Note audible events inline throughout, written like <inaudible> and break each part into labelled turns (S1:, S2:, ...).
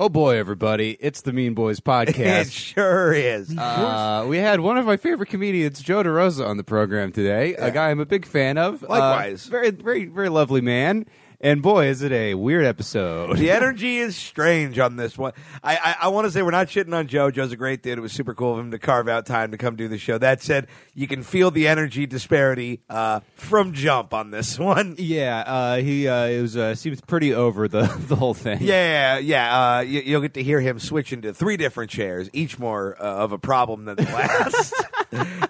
S1: Oh boy, everybody! It's the Mean
S2: <laughs>
S1: Boys
S2: It
S1: podcast. <laughs>
S2: sure is.
S1: uh, we had one of my favorite comedians, Joe DeRosa, on the program today. A guy I'm a big fan of. Uh,
S2: Likewise.
S1: very, very, very lovely man. And boy, is it a weird episode.
S2: the energy is strange on this one. I I, I want to say we're not shitting on Joe. Joe's a great dude. It was super cool of him to carve out time to come do the show. That said, you can feel the energy disparity uh, from jump on this <laughs> one.
S1: <laughs> Yeah, uh, he uh, it was uh, seems pretty over the <laughs> the whole thing.
S2: Yeah, yeah. Uh, you, you'll get to hear him switch into three different chairs, each more uh, of a problem than
S1: <laughs>
S2: the last.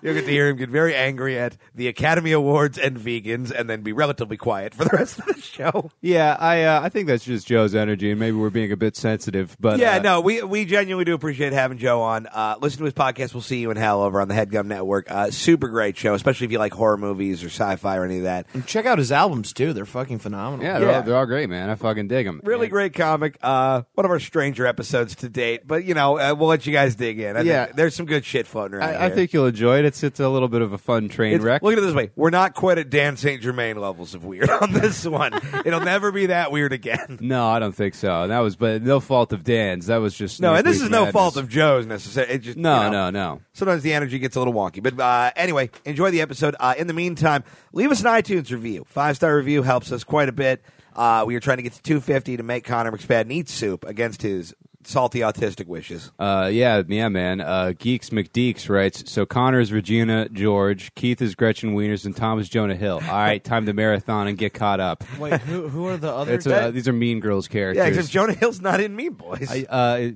S2: you'll get to hear him get very angry at the Academy Awards and vegans, and then be relatively quiet for the rest of the show.
S1: yeah. I uh, I think that's just Joe's energy, and maybe we're being a bit sensitive. But
S2: yeah,
S1: uh,
S2: no, we we genuinely do appreciate having Joe on. Uh, listen to his podcast. We'll see you in hell over on the Headgum Network. Uh, super great show, especially if you like horror movies or sci-fi or any of that.
S3: Check out his albums too; they're fucking phenomenal.
S1: yeah, they're,
S2: Yeah.
S1: All, they're all great, man. I fucking dig them.
S2: Really great comic. Uh, one of our stranger episodes to date, but you know uh, we'll let you guys dig in. I
S1: Yeah.
S2: think there's some good shit floating around.
S1: I, I
S2: here.
S1: think you'll enjoy it. It's it's a little bit of a fun train
S2: It's-
S1: wreck.
S2: Look at it this way: we're not quite at Dan St. Germain levels of weird on this <laughs> one. It'll never be that weird again.
S1: No, I don't think so. That was, but no fault of Dan's. That was just
S2: No,
S1: Snake
S2: and this
S1: Week
S2: is no
S1: madness.
S2: fault of Joe's necessarily. It just
S1: No,
S2: you know,
S1: no, no.
S2: Sometimes the energy gets a little wonky, but uh, anyway, enjoy the episode. Uh, in the meantime, leave us an iTunes review. Five star review helps us quite a bit. Uh, we are trying to get to 250 to make Connor McSpadden eat soup against his salty autistic wishes.
S1: Uh, yeah, yeah, man. Uh, Geeks McDeeks writes. So Connor is Regina George, Keith is Gretchen Wieners, and Tom is Jonah Hill. All
S2: <laughs>
S1: right, time to marathon and get caught up.
S3: Wait, who who are the other?
S1: It's, uh, these are Mean Girls
S2: Yeah,
S1: characters.
S2: except Jonah Hill's not in Mean Boys.
S1: I, uh,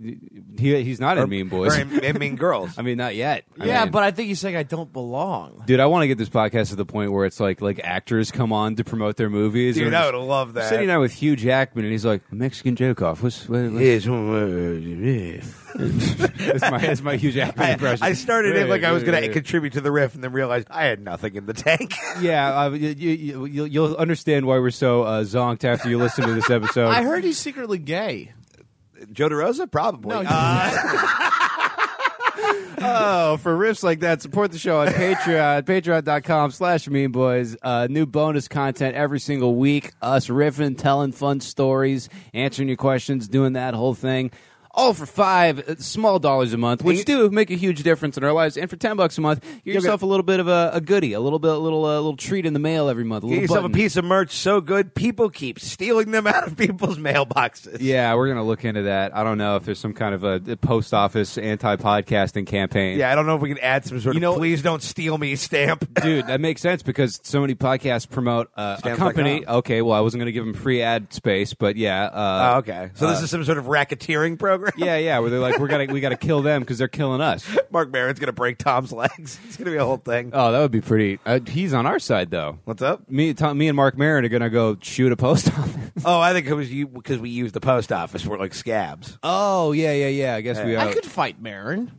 S1: he, he's not in Mean Boys.
S2: Or in, in Mean
S1: <laughs>
S2: Girls.
S1: I mean, not yet. I
S3: yeah,
S1: mean-
S3: but I think he's saying I don't belong.
S1: dude, I want to get this podcast to the point where it's like like actors come on to promote their movies.
S2: Dude,
S1: and
S2: I would love that.
S1: Sitting down with Hugh Jackman, and he's like Mexican joke off. What's, what, what's That's my, that's my Hugh Jackman
S2: I,
S1: impression.
S2: I started it like I was going to
S1: Yeah.
S2: contribute to the riff, and then realized I had nothing in the tank.
S1: Yeah, uh, you, you, you'll, you'll understand why we're so uh, zonked after you listen to this episode.
S3: I heard he's secretly gay.
S2: Joe DeRosa, probably.
S3: No,
S1: oh, for riffs like that, support the show on Patreon, <laughs> patreon.com slash Mean Boys. Uh, new bonus content every single week. Us riffing, telling fun stories, answering your questions, doing that whole thing. All for five uh, small dollars a month, which do make a huge difference in our lives. And for ten bucks a month, you get yourself a little bit of a, a goodie, a little bit, a little, uh, little treat in the mail every month. A
S2: Get
S1: little
S2: yourself
S1: button.
S2: a piece of merch so good people keep stealing them <laughs> out of people's mailboxes.
S1: Yeah, we're gonna look into that. I don't know if there's some kind of a, a post office anti-podcasting campaign.
S2: Yeah, I don't know if we can add some sort
S1: You know-
S2: of "please don't steal me" stamp. <laughs>
S1: dude, that makes sense because so many podcasts promote uh, a
S2: Stamps.com.
S1: company. Okay, well, I wasn't gonna give them free ad space, but yeah. Uh,
S2: oh, okay. So this is some sort of racketeering program.
S1: Yeah, yeah, where they're like, we're gonna we gotta kill them because they're killing us.
S2: Mark Maron's gonna break Tom's legs. <laughs> It's gonna be a whole thing.
S1: Oh, that would be pretty. Uh, he's on our side though.
S2: What's up?
S1: Me, Tom, me, and Mark Maron are gonna go shoot a post <laughs> office.
S2: Oh, I think it was you because we used the post office. We're like scabs.
S1: Oh yeah, yeah, yeah. I guess we are.
S3: I could fight Marin.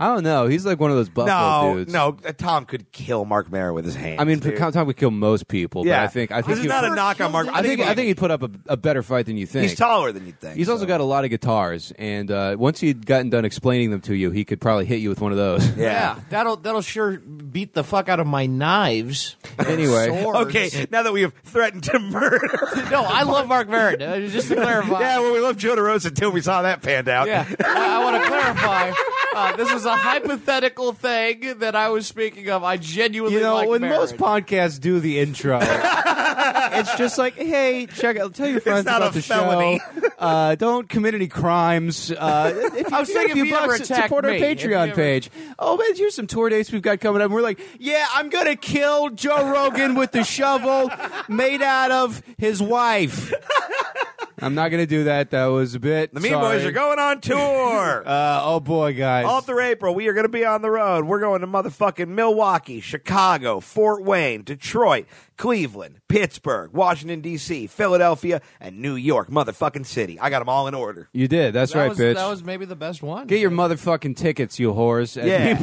S1: I don't know. He's like one of those buffalo
S2: no,
S1: dudes.
S2: no. uh, Tom could kill Mark Maron with his hands.
S1: I mean,
S2: dude.
S1: Tom would kill most people,
S2: yeah.
S1: but I think I think
S2: this is
S1: he-
S2: not a knock on Mark.
S1: I think I think he'd put up a, a better fight than you think.
S2: he's taller than you think.
S1: He's also
S2: so-
S1: got a lot of guitars, and uh, once he'd gotten done explaining them to you, he could probably hit you with one of those.
S2: Yeah.
S3: that'll that'll sure beat the fuck out of my knives.
S1: <laughs>
S3: and
S1: Anyway.
S3: swords.
S2: Okay, now that we have threatened to murder.
S3: No, I love Mark Marin. uh, Just to clarify,
S2: yeah, well, we loved Joe DeRosa until we saw that panned out.
S3: Yeah, I, I want to clarify. Uh, this is a hypothetical thing that I was speaking of. I genuinely
S1: You know,
S3: like
S1: when
S3: Marin.
S1: most podcasts do the
S3: <laughs>
S1: intro, it's just like, hey, check out, tell your friends
S2: not
S1: about
S2: a
S1: the
S2: felony.
S1: show. <laughs> Uh, don't commit any crimes. Uh, if you
S3: I was
S1: get a
S3: thinking
S1: few
S3: if you ever
S1: bucks,
S3: attack
S1: support our
S3: me, if you
S1: Patreon
S3: ever-
S1: page. Oh man, here's some tour dates we've got coming up. And we're like, yeah, I'm gonna kill Joe Rogan with the shovel made out of his wife. I'm not gonna do that. That was a bit.
S2: The Mean Boys are going on tour.
S1: Uh, oh boy, guys.
S2: All through April, we are going to be on the road. We're going to motherfucking Milwaukee, Chicago, Fort Wayne, Detroit, Cleveland, Pittsburgh, Washington, D.C., Philadelphia, and New York, motherfucking city. I got them all in order.
S1: you did. That's
S3: that
S1: right,
S3: was,
S1: bitch.
S3: That was maybe the best one.
S1: Get your motherfucking tickets, you whores, at
S2: Yeah.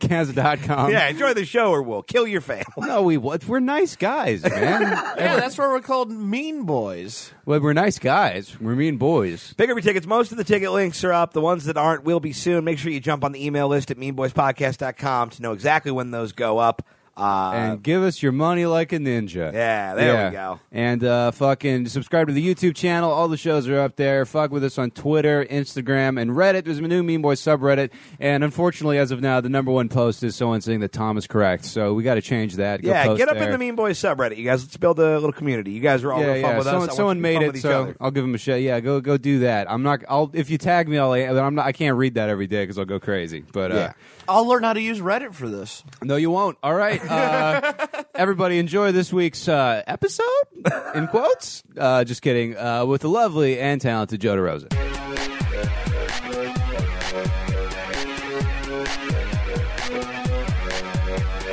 S1: meanboyspodcast.com.
S2: yeah, enjoy the show or we'll kill your family. <laughs>
S1: No, we what? We're nice guys, man.
S3: yeah, that's where we're called Mean Boys.
S1: well, we're nice guys. We're mean boys.
S2: Big Bigger tickets. Most of the ticket links are up. The ones that aren't will be soon. Make sure you jump on the email list at meanboyspodcast.com to know exactly when those go up. Uh,
S1: and give us your money like a ninja.
S2: Yeah, there we go.
S1: And uh, fucking subscribe to the YouTube channel. All the shows are up there. Fuck with us on Twitter, Instagram, and Reddit. There's a new Mean Boy subreddit. And unfortunately, as of now, the number one post is someone saying that Tom is correct. So we got to change that. Go
S2: yeah,
S1: post
S2: get up in
S1: there.
S2: the Mean Boys subreddit, you guys. Let's build a little community. You guys are all
S1: Yeah,
S2: real fun
S1: yeah.
S2: with
S1: Someone,
S2: us. I want
S1: someone
S2: you to be
S1: made
S2: fun
S1: it,
S2: with each
S1: so
S2: other.
S1: I'll give him a shout. Yeah, go go do that. I'm not. I'll if you tag me, I'll. I'm not. I can't read that every day because I'll go crazy. But uh,
S2: Yeah.
S3: I'll learn how to use Reddit for this.
S1: No, you won't. All right.
S2: <laughs>
S1: Uh, everybody, enjoy this week's uh, episode, in quotes. Uh, just kidding. Uh, with the lovely and talented Joe DeRosa.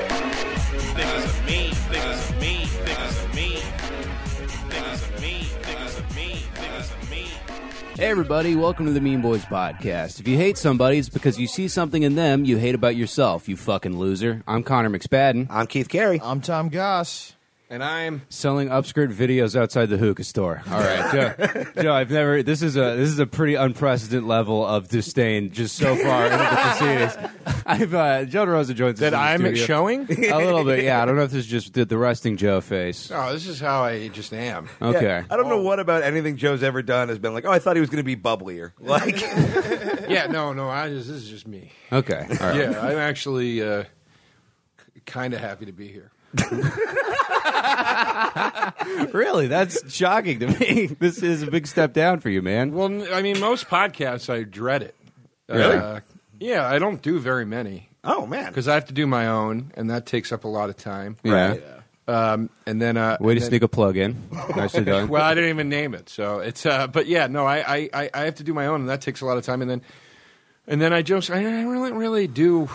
S4: Niggas are mean, niggas are mean, niggas are mean. Niggas are mean, niggas are mean, niggas are mean.
S1: Hey, everybody. Welcome to the Mean Boys Podcast. If you hate somebody, it's because you see something in them you hate about yourself, you fucking loser. I'm Connor McSpadden,
S2: I'm Keith Carey.
S1: Uh,
S3: I'm Tom Goss.
S2: And I'm.
S1: selling upskirt videos outside the hookah store. All right, Joe. Joe, I've never. This is a this is a pretty unprecedented level of disdain just so far into the proceedings. I've uh, Joe DeRosa joins us in the
S5: that I'm
S1: studio.
S5: showing?
S1: <laughs> a little bit, yeah. I don't know if this is just the, the resting Joe face.
S5: Oh, this is how I
S1: <laughs>
S5: just am.
S1: Okay.
S2: I don't know what about anything Joe's ever done has been like. Oh, I thought he was going to be bubblier. <laughs> Like,
S5: yeah, no, no, I just this is just me.
S1: Okay. All right.
S5: Yeah, I'm actually uh, kind of happy to be here.
S1: Really? That's shocking to me. <laughs> This is a big step down for you, man.
S5: Well, n- I mean, most podcasts I dread it.
S1: Really?
S5: Uh, yeah, I don't do very many
S2: oh man,
S5: because I have to do my own, and that takes up a lot of time.
S1: Yeah.
S2: Right.
S5: Um, and then uh,
S1: Way to
S5: then-
S1: sneak a plug in. Nicely done.
S5: Well, I didn't even name it, so it's. Uh, but yeah, no, I, I- I, I have to do my own, and that takes a lot of time. And then, and then I just, I I really, really do.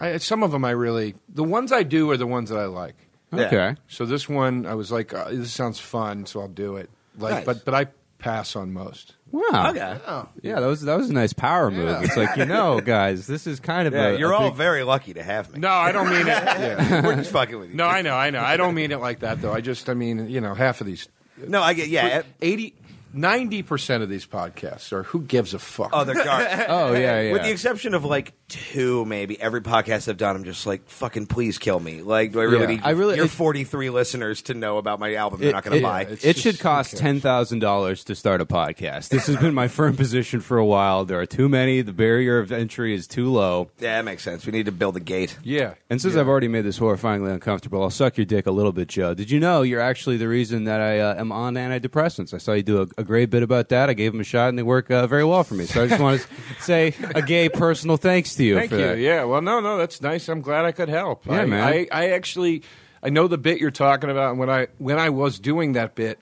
S5: I, some of them I really, the ones I do are the ones that I like.
S1: okay.
S5: So this one, I was like, uh, this sounds fun, so I'll do it. Like,
S2: Nice.
S5: but but I pass on most.
S1: Wow.
S2: okay.
S1: Yeah, that was that was a nice power move. It's like you know, guys, this is kind of
S2: Yeah,
S1: a.
S2: you're
S1: a
S2: all
S1: big-
S2: very lucky to have me.
S5: No, I don't mean it. <laughs> Yeah.
S2: <laughs> We're just fucking with you.
S5: No, I know, I know. I don't mean it like that, though. I just, I mean, you know, half of these,
S2: no, I get. Yeah,
S5: 80, 90 percent of these podcasts are who gives a fuck.
S2: oh, they're dark.
S1: <laughs> Oh yeah, yeah.
S2: With the exception of like two, maybe every podcast I've done, I'm just like, fucking, please kill me. Like, do I really
S1: Yeah.
S2: need
S1: I really-
S2: your
S1: it-
S2: 43 listeners to know about my album? They're
S1: it,
S2: not going to
S1: it-
S2: buy.
S1: it
S5: It's
S1: should
S5: just-
S1: cost
S5: who
S1: ten thousand dollars to start a podcast. This has been my firm position for a while. There are too many. The barrier of entry is too low.
S2: yeah, that makes sense. We need to build a gate.
S5: yeah.
S1: And since
S5: yeah.
S1: I've already made this horrifyingly uncomfortable, I'll suck your dick a little bit, Joe. Did you know you're actually the reason that I uh, am on antidepressants? I saw you do a, a great bit about that. I gave them a shot, and they work uh, very well for me. So I just want to <laughs> say a gay personal thanks to you.
S5: Thank
S1: for
S5: you.
S1: that.
S5: Yeah. Well, no, no, that's nice. I'm glad I could help.
S1: Yeah,
S5: I,
S1: man.
S5: I, I actually, I know the bit you're talking about. And when I when I was doing that bit,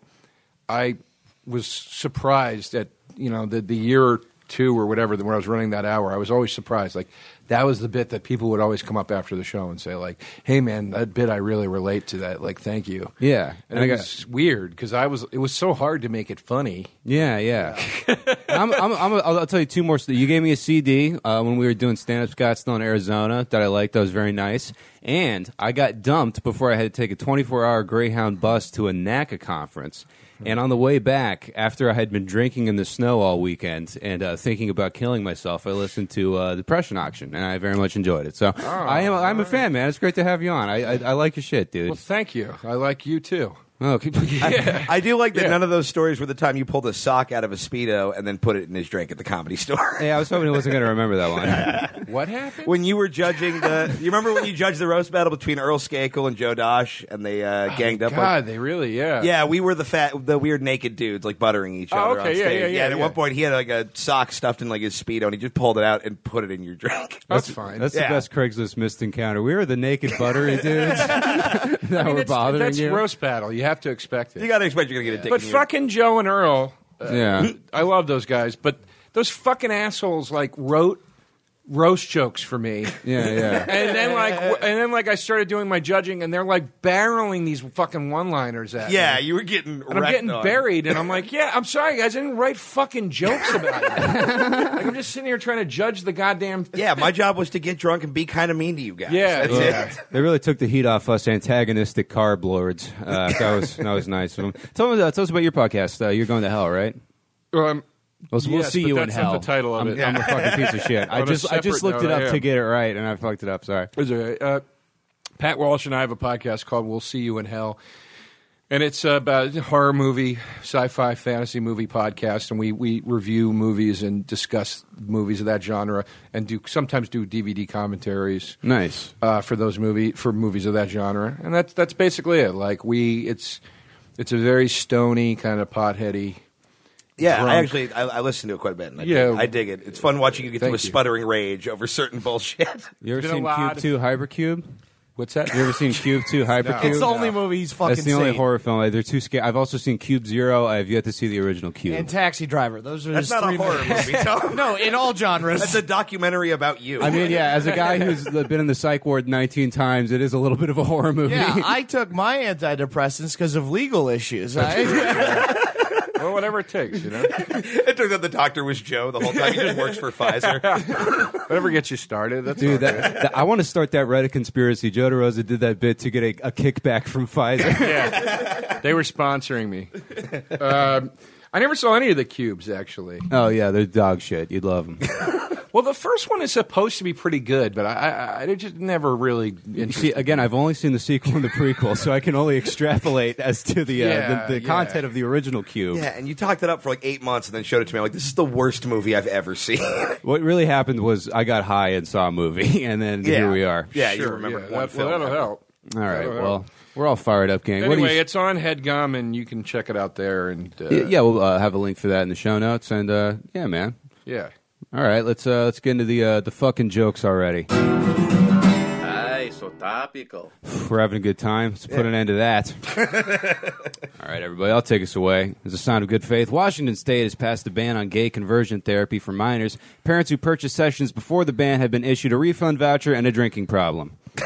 S5: I was surprised at you know the the year or two or whatever that when I was running that hour, I was always surprised. Like that was the bit that people would always come up after the show and say like, "Hey, man, that bit I really relate to that. Like, thank you."
S1: Yeah.
S5: And,
S1: And I
S5: it
S1: got-
S5: was weird because I was it was so hard to make it funny.
S1: Yeah, yeah. I'm, I'm, I'm, I'll, I'll tell you two more. st- You gave me a CD uh, when we were doing stand up Scottsdale in Arizona that I liked. That was very nice. And I got dumped before I had to take a 24 hour Greyhound bus to a NACA conference. And on the way back, after I had been drinking in the snow all weekend and uh, thinking about killing myself, I listened to uh, Depression Auction, and I very much enjoyed it. So I am, I'm a fan, man. It's great to have you on. I, I, I like your shit,
S5: Well,
S1: dude. Oh,
S5: thank you. I like you too.
S1: <laughs> Okay.
S2: <laughs> I do like that
S5: Yeah.
S2: none of those stories were the time you pulled a sock out of a Speedo and then put it in his drink at the comedy <laughs> store.
S1: Yeah, I was hoping I wasn't going to remember that one.
S5: What happened?
S2: when you were judging the. You remember when you judged the roast battle between Earl Skakel and Joe Dosh and they uh, ganged up? on-
S5: God, they really yeah.
S2: yeah, we were the fat, the weird naked dudes, like buttering each
S5: Oh,
S2: other.
S5: okay,
S2: on
S5: yeah,
S2: stage.
S5: yeah, yeah,
S2: and at
S5: yeah.
S2: one point, he had like a sock stuffed in like his speedo, and he just pulled it out and put it in your drink.
S5: That's fine.
S1: That's
S2: Yeah.
S1: the best Craigslist missed encounter. We were the naked
S5: <laughs>
S1: buttery dudes that were
S5: That's-
S1: bothering
S5: that's
S1: you.
S5: roast battle. You have to expect
S2: <laughs>
S5: it.
S2: You gotta expect you're gonna get a dick.
S5: but
S2: in your-
S5: fucking Joe and Earl, uh,
S1: Yeah.
S5: I love those guys. But those fucking assholes like wrote roast jokes
S2: <laughs>
S5: for me.
S1: yeah, yeah.
S5: And then like, w- and then like, I started doing my judging, and they're like barreling these fucking one-liners
S2: <laughs>
S5: at
S2: yeah,
S5: me.
S2: you were getting.
S5: and I'm
S2: wrecked
S5: getting
S2: on.
S5: buried, and I'm like, yeah, I'm sorry, guys, I didn't write fucking jokes
S2: <laughs>
S5: about it. like, I'm just sitting here trying to judge the goddamn.
S2: Yeah, my job was to get drunk and be kind of mean to you guys.
S5: Yeah,
S2: That's
S5: yeah.
S2: it.
S1: They really took the heat off us antagonistic carb lords. Uh, that was that was nice of them. Tell, me, uh, tell us about your podcast. Uh, you're going to hell, right?
S5: Um,
S1: We'll, we'll
S5: Yes,
S1: see
S5: but
S1: you in
S5: that's not
S1: hell.
S5: the title of
S1: I'm,
S5: it.
S1: I'm a
S5: <laughs>
S1: fucking piece of shit. I
S5: On a
S1: just I just
S5: separate
S1: looked
S5: note,
S1: it
S5: I
S1: up to
S5: am.
S1: get it right, and I fucked it up. Sorry.
S5: It's all right. Uh, Pat Walsh and I have a podcast called "We'll See You in Hell," and it's about it's a horror movie, sci-fi, fantasy movie podcast, and we we review movies and discuss movies of that genre, and do sometimes do DVD commentaries
S1: Nice.
S5: uh, for those movie for movies of that genre, and that's that's basically it. Like we, it's it's a very stony kind of potheady.
S2: Yeah, I
S5: drunk.
S2: actually I, I listen to it quite a bit. And I
S5: Yeah.
S2: dig, I dig it. It's fun watching you get through a
S5: Thank you.
S2: sputtering rage over certain
S5: <laughs>
S2: bullshit.
S1: You ever
S5: Been a
S1: seen
S5: lot
S1: Cube
S5: of-
S1: Two Hypercube?
S5: What's that?
S1: You ever seen Cube
S5: <laughs>
S1: Two Hypercube?
S3: It's the only movie he's fucking
S1: That's the only
S3: seen.
S1: horror film. I- They're too scared. I've also seen Cube Zero. I've yet to see the original Cube.
S3: And Taxi Driver. Those are
S2: That's
S3: his
S2: not a
S3: three
S2: horror
S3: movies.
S2: movie. Tom.
S3: No, in all genres.
S2: that's a documentary about you.
S1: I mean, yeah, as a guy who's been in the psych ward 19 times, it is a little bit of a horror movie.
S3: <laughs> yeah,
S1: <laughs>
S3: I took my antidepressants because of legal issues. I,
S5: Well, whatever it takes,
S1: <laughs>
S5: you know,
S2: <laughs> it turns out the doctor was Joe the whole time. He just
S5: <laughs>
S2: works for Pfizer.
S5: whatever gets you started. That's
S1: Dude,
S5: all
S1: that, that- I want to start that Reddit conspiracy. Joe DeRosa did that bit to get a, a kickback from
S5: <laughs>
S1: Pfizer.
S5: right. they were sponsoring me. Um, I never saw any of the cubes actually.
S1: oh, yeah, they're dog shit. You'd love them.
S5: Well, the first one is supposed to be pretty good, but I I, I just never really.
S1: You see, again, I've only seen the sequel and the prequel, so I can only extrapolate as to the uh,
S5: Yeah,
S1: the, the
S5: yeah.
S1: content of the original Cube.
S2: yeah, and you talked it up for like eight months and then showed it to me. I'm like, this is the worst movie I've ever
S5: <laughs>
S2: seen.
S1: What really happened was I got high and saw a movie, <laughs> and then here we are.
S2: Yeah, you
S5: Sure,
S2: remember
S5: <laughs> yeah,
S2: one
S5: that,
S2: film.
S5: Well, that'll help.
S1: All right.
S5: That'll
S1: Well,
S5: help.
S1: we're all fired up, gang. What do you-
S5: Anyway, it's on HeadGum, and you can check it out there. And uh,
S1: Yeah, yeah, we'll uh, have a link for that in the show notes. And uh, yeah, man.
S5: yeah.
S1: All right, let's uh, let's get into the uh, the fucking jokes already.
S6: so topical.
S1: We're having a good time. Let's put an end
S6: <laughs>
S1: to that. All right, everybody, I'll take us away. As a sign of good faith, Washington State has passed a ban on gay conversion therapy for minors. Parents who purchased sessions before the ban have been issued a refund voucher and a drinking problem.
S2: <laughs>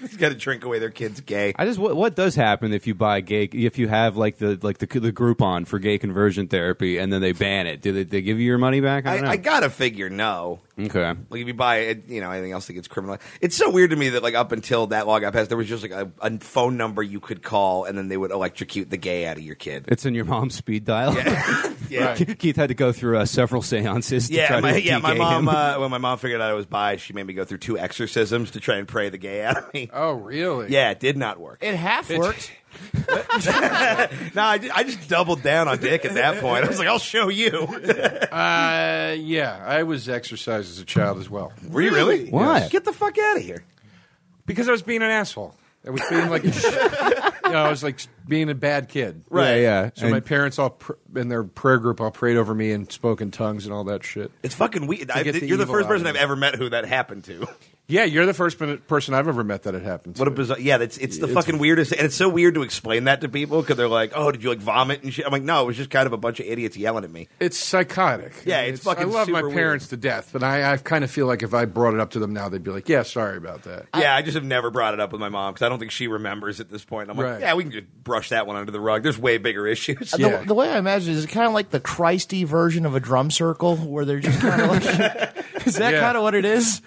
S2: He's got to drink away their kids gay.
S1: I just what, what does happen if you buy gay if you have like the like the the Groupon for gay conversion therapy and then they ban it? Do they, they give you your money back? I
S2: I,
S1: don't know.
S2: I gotta figure no.
S1: okay.
S2: Like if you buy it, you know anything else that gets criminal. It's so weird to me that like up until that law got passed, there was just like a, a phone number you could call, and then they would electrocute the gay out of your kid.
S1: It's in your mom's speed dial.
S2: <laughs> Yeah,
S1: Ke- Keith had to go through uh, several seances. To
S2: yeah,
S1: try
S2: my,
S1: to
S2: yeah. My
S1: de-gay
S2: mom,
S1: him.
S2: <laughs> uh, when my mom figured out I was bi, she made me go through two exorcisms to try and pray the gay out of me.
S5: Oh, really?
S2: Yeah, it did not work.
S3: it half worked.
S2: no, I, ju- I just doubled down on dick at <laughs> that point. I was like, I'll show you.
S5: Uh, yeah, I was exercised as a child as well
S2: Were you <laughs> really?
S1: Why?
S2: Get the fuck out of here.
S5: because I was being an asshole. I was being like, <laughs> a sh- you know, I was like being a bad kid.
S1: Yeah, yeah.
S5: So
S1: And
S5: my parents all pr- in their prayer group all prayed over me and spoke in tongues and all that shit.
S2: It's fucking weird. I,
S5: get the
S2: you're the
S5: evil
S2: first
S5: out of
S2: person I've
S5: me.
S2: ever met who that happened to.
S5: Yeah, you're the first pe- person I've ever met that it happened. To.
S2: What a bizarre! Yeah, that's it's the fucking weirdest, and it's so weird to explain that to people because they're like, "Oh, did you like vomit and shit?" I'm like, "No, it was just kind of a bunch of idiots yelling at me."
S5: It's psychotic.
S2: Yeah, it's
S5: I
S2: fucking
S5: love my
S2: super
S5: parents to death, but I, I kind of feel like if I brought it up to them now, they'd be like, "Yeah, sorry about that."
S2: yeah, I just have never brought it up with my mom because I don't think she remembers at this point. I'm like,
S5: Right.
S2: "Yeah, we can just brush that one under the rug. There's way bigger issues."
S5: Yeah.
S3: The, the way I imagine it is kind of like the Christy version of a drum circle, where they're just kind of like. is that
S5: Yeah.
S3: kind of what it is?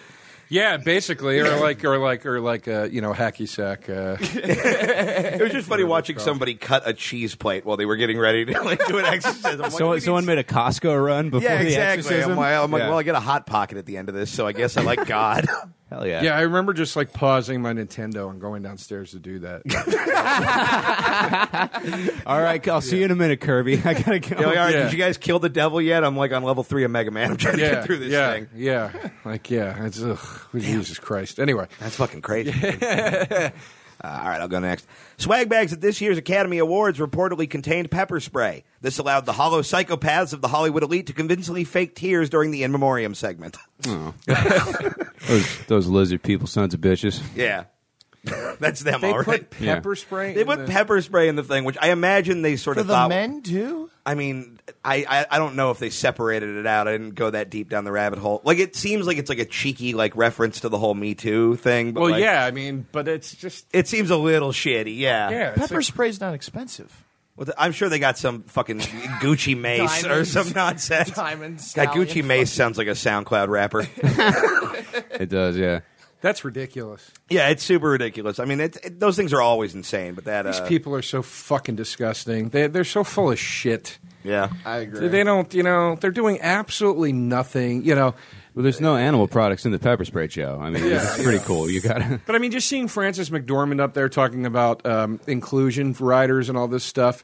S5: Yeah, basically, or like, or like, or like, uh, you know, hacky sack. Uh,
S2: <laughs> it was just funny watching somebody cut a cheese plate while they were getting ready to like do an <laughs> exorcism. I'm like,
S1: someone,
S2: "We
S1: someone
S2: need-
S1: made a Costco run before
S2: yeah,
S1: the
S2: exactly.
S1: exorcism.
S2: I'm like, I'm like,
S1: Yeah.
S2: well, I get a hot pocket at the end of this, so I guess I like God. <laughs>
S1: Hell yeah.
S5: yeah, I remember just like pausing my Nintendo and going downstairs to
S2: <laughs>
S5: do that.
S1: All right, I'll see you in a minute, Kirby. <laughs> I gotta go.
S2: They're like, all right,
S5: Yeah.
S2: did you guys kill the devil yet? I'm like on level three of Mega Man. I'm trying to
S5: Yeah,
S2: get through this
S5: yeah,
S2: thing.
S5: yeah, like yeah. It's ugh, Jesus Christ. Anyway,
S2: That's fucking crazy.
S5: <laughs>
S2: Uh, all right, I'll go next. Swag bags at this year's Academy Awards reportedly contained pepper spray. This allowed the hollow psychopaths of the Hollywood elite to convincingly fake tears during the in memoriam segment. <laughs>
S1: Those, those lizard people, sons of bitches.
S2: yeah, <laughs> that's them.
S5: they
S2: all right.
S5: put pepper spray.
S2: they
S5: in
S2: put
S5: the-
S2: pepper spray in the thing, which I imagine they sort
S3: For
S2: of
S3: the
S2: thought.
S3: men too.
S2: I mean, I, I I don't know if they separated it out. I didn't go that deep down the rabbit hole. Like it seems like it's like a cheeky like reference to the whole Me Too thing. But
S5: Well,
S2: like,
S5: yeah, I mean, but it's just
S2: it seems a little shitty.
S5: yeah. it's
S3: Pepper
S5: like-
S3: spray's not expensive.
S2: Well, th- I'm sure they got some fucking
S5: <laughs>
S2: Gucci Mace or
S3: Diamonds.
S2: some nonsense.
S3: Diamond
S2: God,
S3: stallion
S5: <laughs>
S2: Gucci Mace sounds like a SoundCloud rapper.
S1: It does, yeah.
S5: That's ridiculous.
S2: Yeah, it's super ridiculous. I mean, it, it, those things are always insane, but that. Uh,
S5: These people are so fucking disgusting. They they're so full of shit.
S2: Yeah.
S3: I agree.
S5: They- They don't, you know, they're doing absolutely nothing, you know.
S1: Well, there's no animal products in the pepper spray, Joe. I mean, it's pretty cool. You got to.
S5: But I mean, just seeing Frances McDormand up there talking about um, inclusion for writers and all this stuff.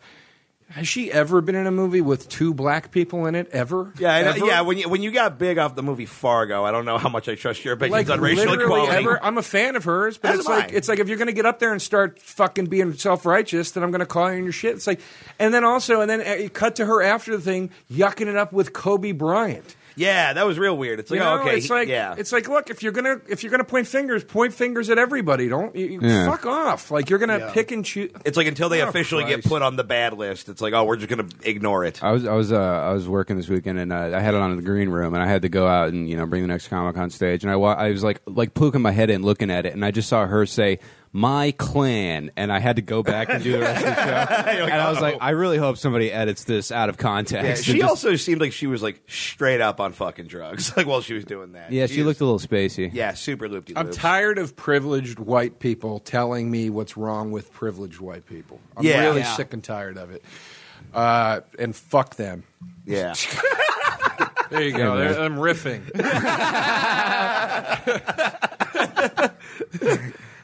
S5: Has she ever been in a movie with two black people in it? Ever?
S2: Yeah, I know-
S5: Ever?
S2: yeah. When you when you got big off the movie Fargo, I don't know how much I trust your opinions on racial
S5: literally
S2: equality.
S5: ever- I'm a fan of hers, but
S2: As
S5: it's
S2: am
S5: like
S2: I.
S5: it's like if you're going to get up there and start fucking being self righteous, then I'm going to call you on your shit. It's like, and then also, and then uh, you cut to her after the thing yucking it up with Kobe Bryant.
S2: Yeah, that was real weird. It's
S5: You
S2: like,
S5: know,
S2: oh, okay,
S5: it's
S2: he-
S5: like
S2: yeah,
S5: it's like look if you're gonna if you're gonna point fingers, point fingers at everybody. Don't you, you-
S1: Yeah.
S5: fuck off. Like you're gonna
S3: Yeah.
S5: pick and choose.
S2: It's like until they
S5: Oh,
S2: officially
S5: Christ.
S2: get put on the bad list, it's like, oh, we're just gonna ignore it.
S1: I was I was uh, I was working this weekend and uh, I had it on in the green room and I had to go out and you know bring the next comic on stage and I wa- I was like like poking my head in looking at it and I just saw her say my clan and I had to go back and do the rest of the show and I was like I really hope somebody edits this out of context.
S2: Yeah,
S1: and
S2: she
S1: just-
S2: also seemed like she was like straight up on fucking drugs, <laughs> like while she was doing that.
S1: yeah she
S2: was-
S1: looked a little spacey.
S2: yeah super looped.
S5: I'm tired of privileged white people telling me what's wrong with privileged white people. I'm
S2: Yeah.
S5: really
S2: Yeah.
S5: sick and tired of it. Uh, and fuck them.
S2: <laughs> Yeah,
S5: There you go. There- I'm riffing.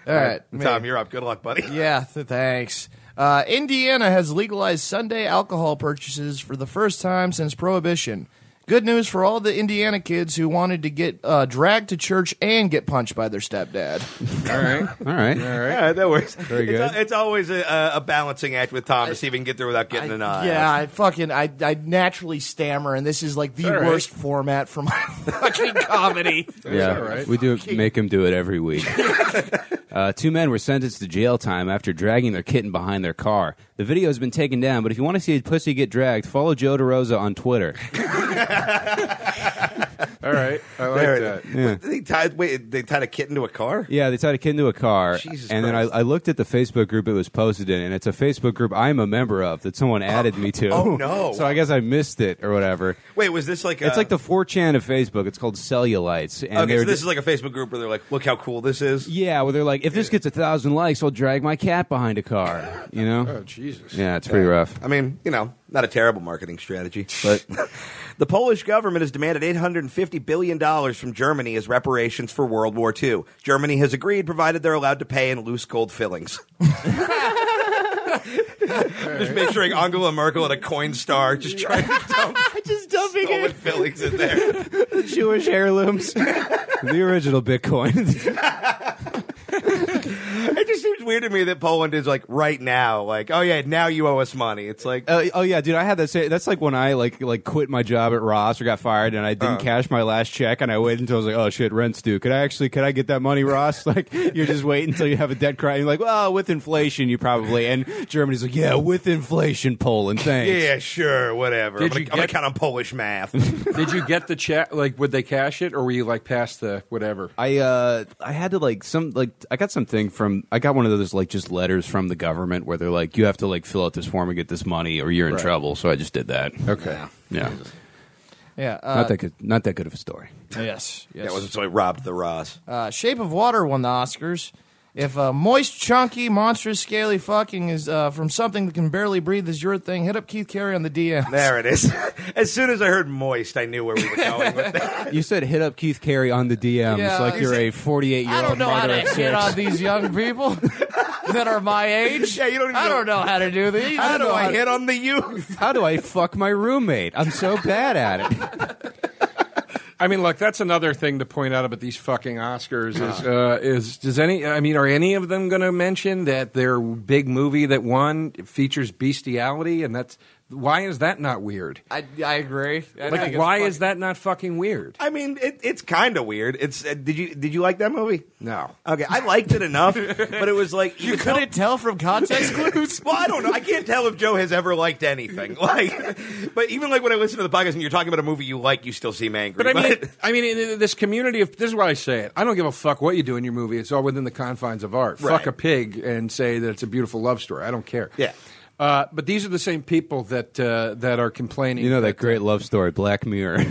S3: All right.
S2: Tom, you're up. Good luck, buddy.
S3: Yeah, th- thanks. Uh, Indiana has legalized Sunday alcohol purchases for the first time since Prohibition. Good news for all the Indiana kids who wanted to get uh, dragged to church and get punched by their stepdad.
S5: <laughs> All right.
S1: All right.
S5: All right.
S2: Yeah, <laughs> that works.
S1: Very
S2: It's,
S1: good.
S2: al- it's always a- a, a balancing act with Tom to see if he can get through without getting an eye.
S3: yeah, I fucking I, I naturally stammer, and this is like the
S5: all right.
S3: worst format for my <laughs> fucking
S2: <laughs>
S3: comedy.
S1: Yeah,
S5: all right.
S1: we do make him do it every week. uh, two men were sentenced to jail time after dragging their kitten behind their car. The video has been taken down, but if you want to see a pussy get dragged, follow Joe DeRosa on Twitter.
S5: All right. I like
S2: There it
S5: that.
S2: is. Wait, They tied. Wait, they tied a kitten to a car.
S1: Yeah, they tied a kitten to a car.
S2: Jesus
S1: and then
S2: Christ.
S1: I, I looked at the Facebook group it was posted in, and it's a Facebook group I'm a member of that someone added me to. <laughs>
S2: oh, no.
S1: so I guess I missed it or whatever.
S2: Wait, was this like?
S1: It's
S2: a-
S1: like the 4chan of Facebook. It's called Cellulites. And
S2: Okay,
S1: they're
S2: so this
S1: ju-
S2: is like a Facebook group where they're like, "Look how cool this is."
S1: yeah, where they're like, if this gets a thousand likes, I'll drag my cat behind a car. You
S2: <laughs>
S5: Oh
S1: know?
S5: Jesus.
S1: Yeah, it's pretty rough.
S2: I mean, you know, not a terrible marketing strategy, but <laughs> the Polish government has demanded $850 billion from Germany as reparations for World War II. Germany has agreed, provided they're allowed to pay in loose gold fillings. <laughs> just picturing Angela Merkel at a coin star, just trying to dump
S3: Just dumping
S2: gold fillings in there.
S1: Jewish heirlooms. <laughs> the original
S2: <laughs>
S1: Bitcoin.
S2: It just seems weird to me that Poland is like right now, like, oh yeah, now you owe us money. It's like,
S1: Uh, oh yeah, dude, I had that. Say, that's like when I like like quit my job at Ross or got fired, and I didn't cash my last check, and I waited until I was like, oh shit, rent's due. Could I actually could I get that money, Ross? <laughs> Like you're just waiting until you have a debt crisis. You're like, well, with inflation, you probably. And Germany's like, yeah, with inflation, Poland, thanks.
S2: yeah, sure, whatever. I'm
S5: Did
S2: gonna,
S5: you
S2: I'm gonna
S5: get-
S2: count on Polish
S5: <laughs>
S2: math.
S5: Did you get the chat? Like, would they cash it, or were you like past the whatever?
S1: I uh I had to like some like I got something from I got one of those like just letters from the government where they're like you have to like fill out this form and get this money or you're in
S5: Right.
S1: trouble. So I just did that.
S5: Okay.
S1: Yeah.
S3: Yeah, uh,
S1: not that good. Not that good of a story.
S3: yes, yes.
S2: That wasn't so he robbed the Ross.
S3: Uh, Shape of Water won the Oscars. If uh, moist, chunky, monstrous, scaly fucking is uh, from something that can barely breathe is your thing, hit up Keith Carey on the DM.
S2: There it is. <laughs> As soon as I heard moist, I knew where <laughs> we were going with that.
S1: You said hit up Keith Carey on the DMs
S3: Yeah,
S1: like you're a 48 year
S3: I
S1: old
S3: don't know how
S1: mother
S3: to
S1: of
S3: hit on
S1: six.
S3: these young people <laughs> that are my age.
S2: Yeah, you don't even
S3: I
S2: know-
S3: don't know how to do these.
S2: How do I
S3: how-
S2: hit on the youth?
S1: How do I fuck my roommate? I'm so bad at it.
S5: I mean, look, that's another thing to point out about these fucking Oscars is uh, is does any? I mean, are any of them going to mention that their big movie that won features bestiality, and that's why is that not weird?
S3: I, I agree. I
S5: Like,
S3: think it's
S5: why
S3: fucking-
S5: is that not fucking weird?
S2: I mean, it, it's kind of weird. It's uh, did you did you like that movie?
S5: No.
S2: Okay, I liked it enough, but it was like you, could
S3: Couldn't tell from context
S2: <laughs>
S3: clues.
S2: Well, I don't know. I can't tell if Joe has ever liked anything. <laughs> Like, but even like when I listen to the podcast and you're talking about a movie you like, you still seem angry.
S5: But I
S2: <laughs>
S5: mean, I mean, in- in this community of this is why I say it. I don't give a fuck what you do in your movie. It's all within the confines of art.
S2: Right.
S5: Fuck a pig and say that it's a beautiful love story. I don't care.
S2: Yeah.
S5: Uh, but these are the same people that uh, that are complaining.
S1: You know that great love story, Black Mirror, <laughs>
S5: yeah,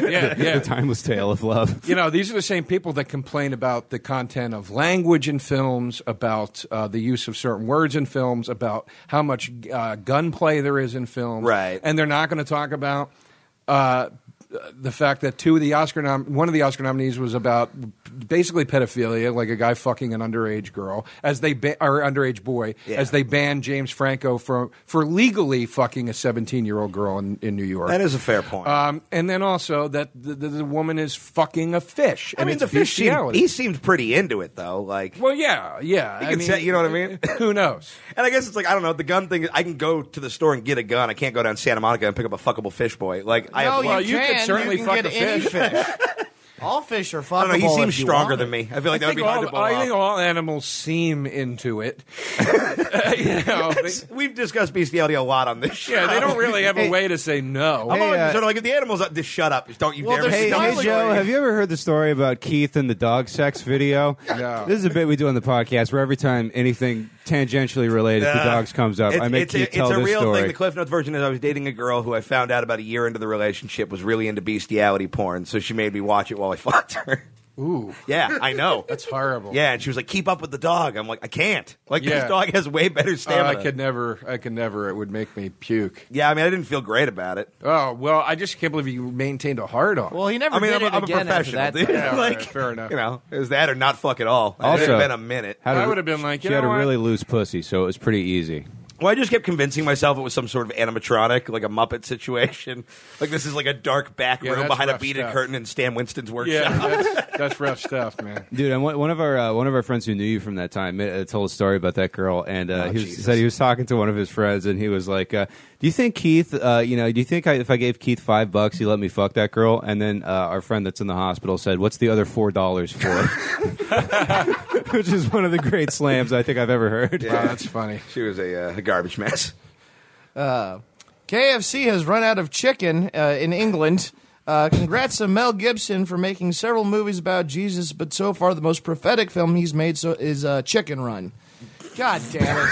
S5: yeah,
S1: the <laughs>
S5: yeah.
S1: timeless tale of love.
S5: <laughs> You know, these are the same people that complain about the content of language in films, about uh, the use of certain words in films, about how much uh, gunplay there is in films.
S2: Right.
S5: And they're not going to talk about uh, the fact that two of the Oscar nom- one of the Oscar nominees was about basically pedophilia, like a guy fucking an underage girl as they ba- or underage boy
S2: Yeah.
S5: as they banned James Franco from for legally fucking a 17-year-old girl in, in New York.
S2: That is a fair point.
S5: Um, and then also that the, the, the woman is fucking a fish.
S2: I
S5: and
S2: mean,
S5: it's
S2: the fish. Seemed,
S5: bestiality.
S2: he seemed pretty into it though. Like,
S5: well, yeah, yeah.
S2: You
S5: I
S2: can
S5: mean,
S2: say- you know what I mean?
S5: <laughs> Who knows?
S2: and I guess it's like I don't know the gun thing. I can go to the store and get a gun. I can't go down Santa Monica and pick up a fuckable fish boy. Like, <laughs> I
S3: no,
S2: have,
S3: you,
S5: well,
S2: I
S5: you
S3: can.
S5: could certainly
S3: you
S5: fuck
S3: can
S5: a
S3: get any fish.
S5: <laughs>
S3: All fish are fuckable.
S2: don't know. He seems
S3: if you
S2: stronger
S3: want
S2: than
S3: it.
S2: me. <laughs> I feel like that
S5: I,
S2: would be
S5: think
S2: hard to
S5: all,
S2: pull
S5: I think
S2: off.
S5: all animals seem
S2: <laughs>
S5: into it. <laughs> you know, they,
S2: We've discussed bestiality a lot on this show.
S5: <laughs> yeah, they don't really have a way to say no.
S2: I'm always
S1: Hey, uh,
S2: sort of like if the animals up, just shut up. Just don't you
S3: Well,
S2: dare.
S3: they're
S2: say
S1: Hey,
S3: Smiling
S1: hey,
S2: something.
S1: Joe, have you ever heard the story about Keith and the dog sex video?
S5: No.
S1: This is a bit we do on the podcast where every time anything tangentially related to
S2: Uh,
S1: dogs comes up,
S2: it's,
S1: I make
S2: it's
S1: Keith
S2: a,
S1: tell
S2: it's a
S1: this
S2: real
S1: story.
S2: thing. The Cliff Notes version is I was dating a girl who I found out about a year into the relationship was really into bestiality porn, so she made me watch it while I <laughs> fucked her.
S5: Ooh,
S2: yeah, I
S5: <laughs>
S2: know.
S5: that's horrible.
S2: yeah, and she was like, "Keep up with the dog." I'm like, "I can't." Like
S5: Yeah.
S2: this dog has way better
S5: Uh, I
S2: stamina.
S5: could never. I could never. It would make me puke.
S2: yeah, I mean, I didn't feel great about it.
S5: Oh well, I just can't believe you maintained a hard on.
S3: Well, he never
S2: I mean,
S3: did
S2: I'm, a-
S3: it
S2: I'm a
S3: again after
S2: professional,
S3: that.
S2: dude.
S5: Yeah,
S2: <laughs>
S5: all
S2: like,
S5: right, fair enough.
S2: You know, it was that or not fuck at all.
S1: Also-
S2: Also, it's been a minute.
S1: Had a-
S5: I would've been like, you
S1: she had
S5: know
S1: a
S5: what?
S1: really loose pussy, so it was pretty easy.
S2: Well, I just kept convincing myself it was some sort of animatronic, like a Muppet situation. Like this is like a dark back
S5: Yeah,
S2: room
S5: that's
S2: behind a
S5: rough
S2: beaded
S5: stuff.
S2: curtain in Stan Winston's workshop. <laughs>
S5: yeah, that's, that's rough stuff, man.
S1: Dude, and one one of our uh, one of our friends who knew you from that time uh, told a story about that girl, and uh,
S2: Oh,
S1: he was,
S2: Jesus.
S1: said he was talking to one of his friends, and he was like, uh, "Do you think Keith? Uh, you know, do you think I, if I gave Keith five bucks, he let me fuck that girl?" And then uh, our friend that's in the hospital said, "What's the other four dollars for?" <laughs> Which is one of the great slams I think I've ever heard.
S5: Wow, that's funny.
S2: She was a, uh, a garbage mess.
S3: KFC has run out of chicken uh, in England. Uh, congrats to Mel Gibson for making several movies about Jesus, but so far the most prophetic film he's made so is uh, Chicken Run. God damn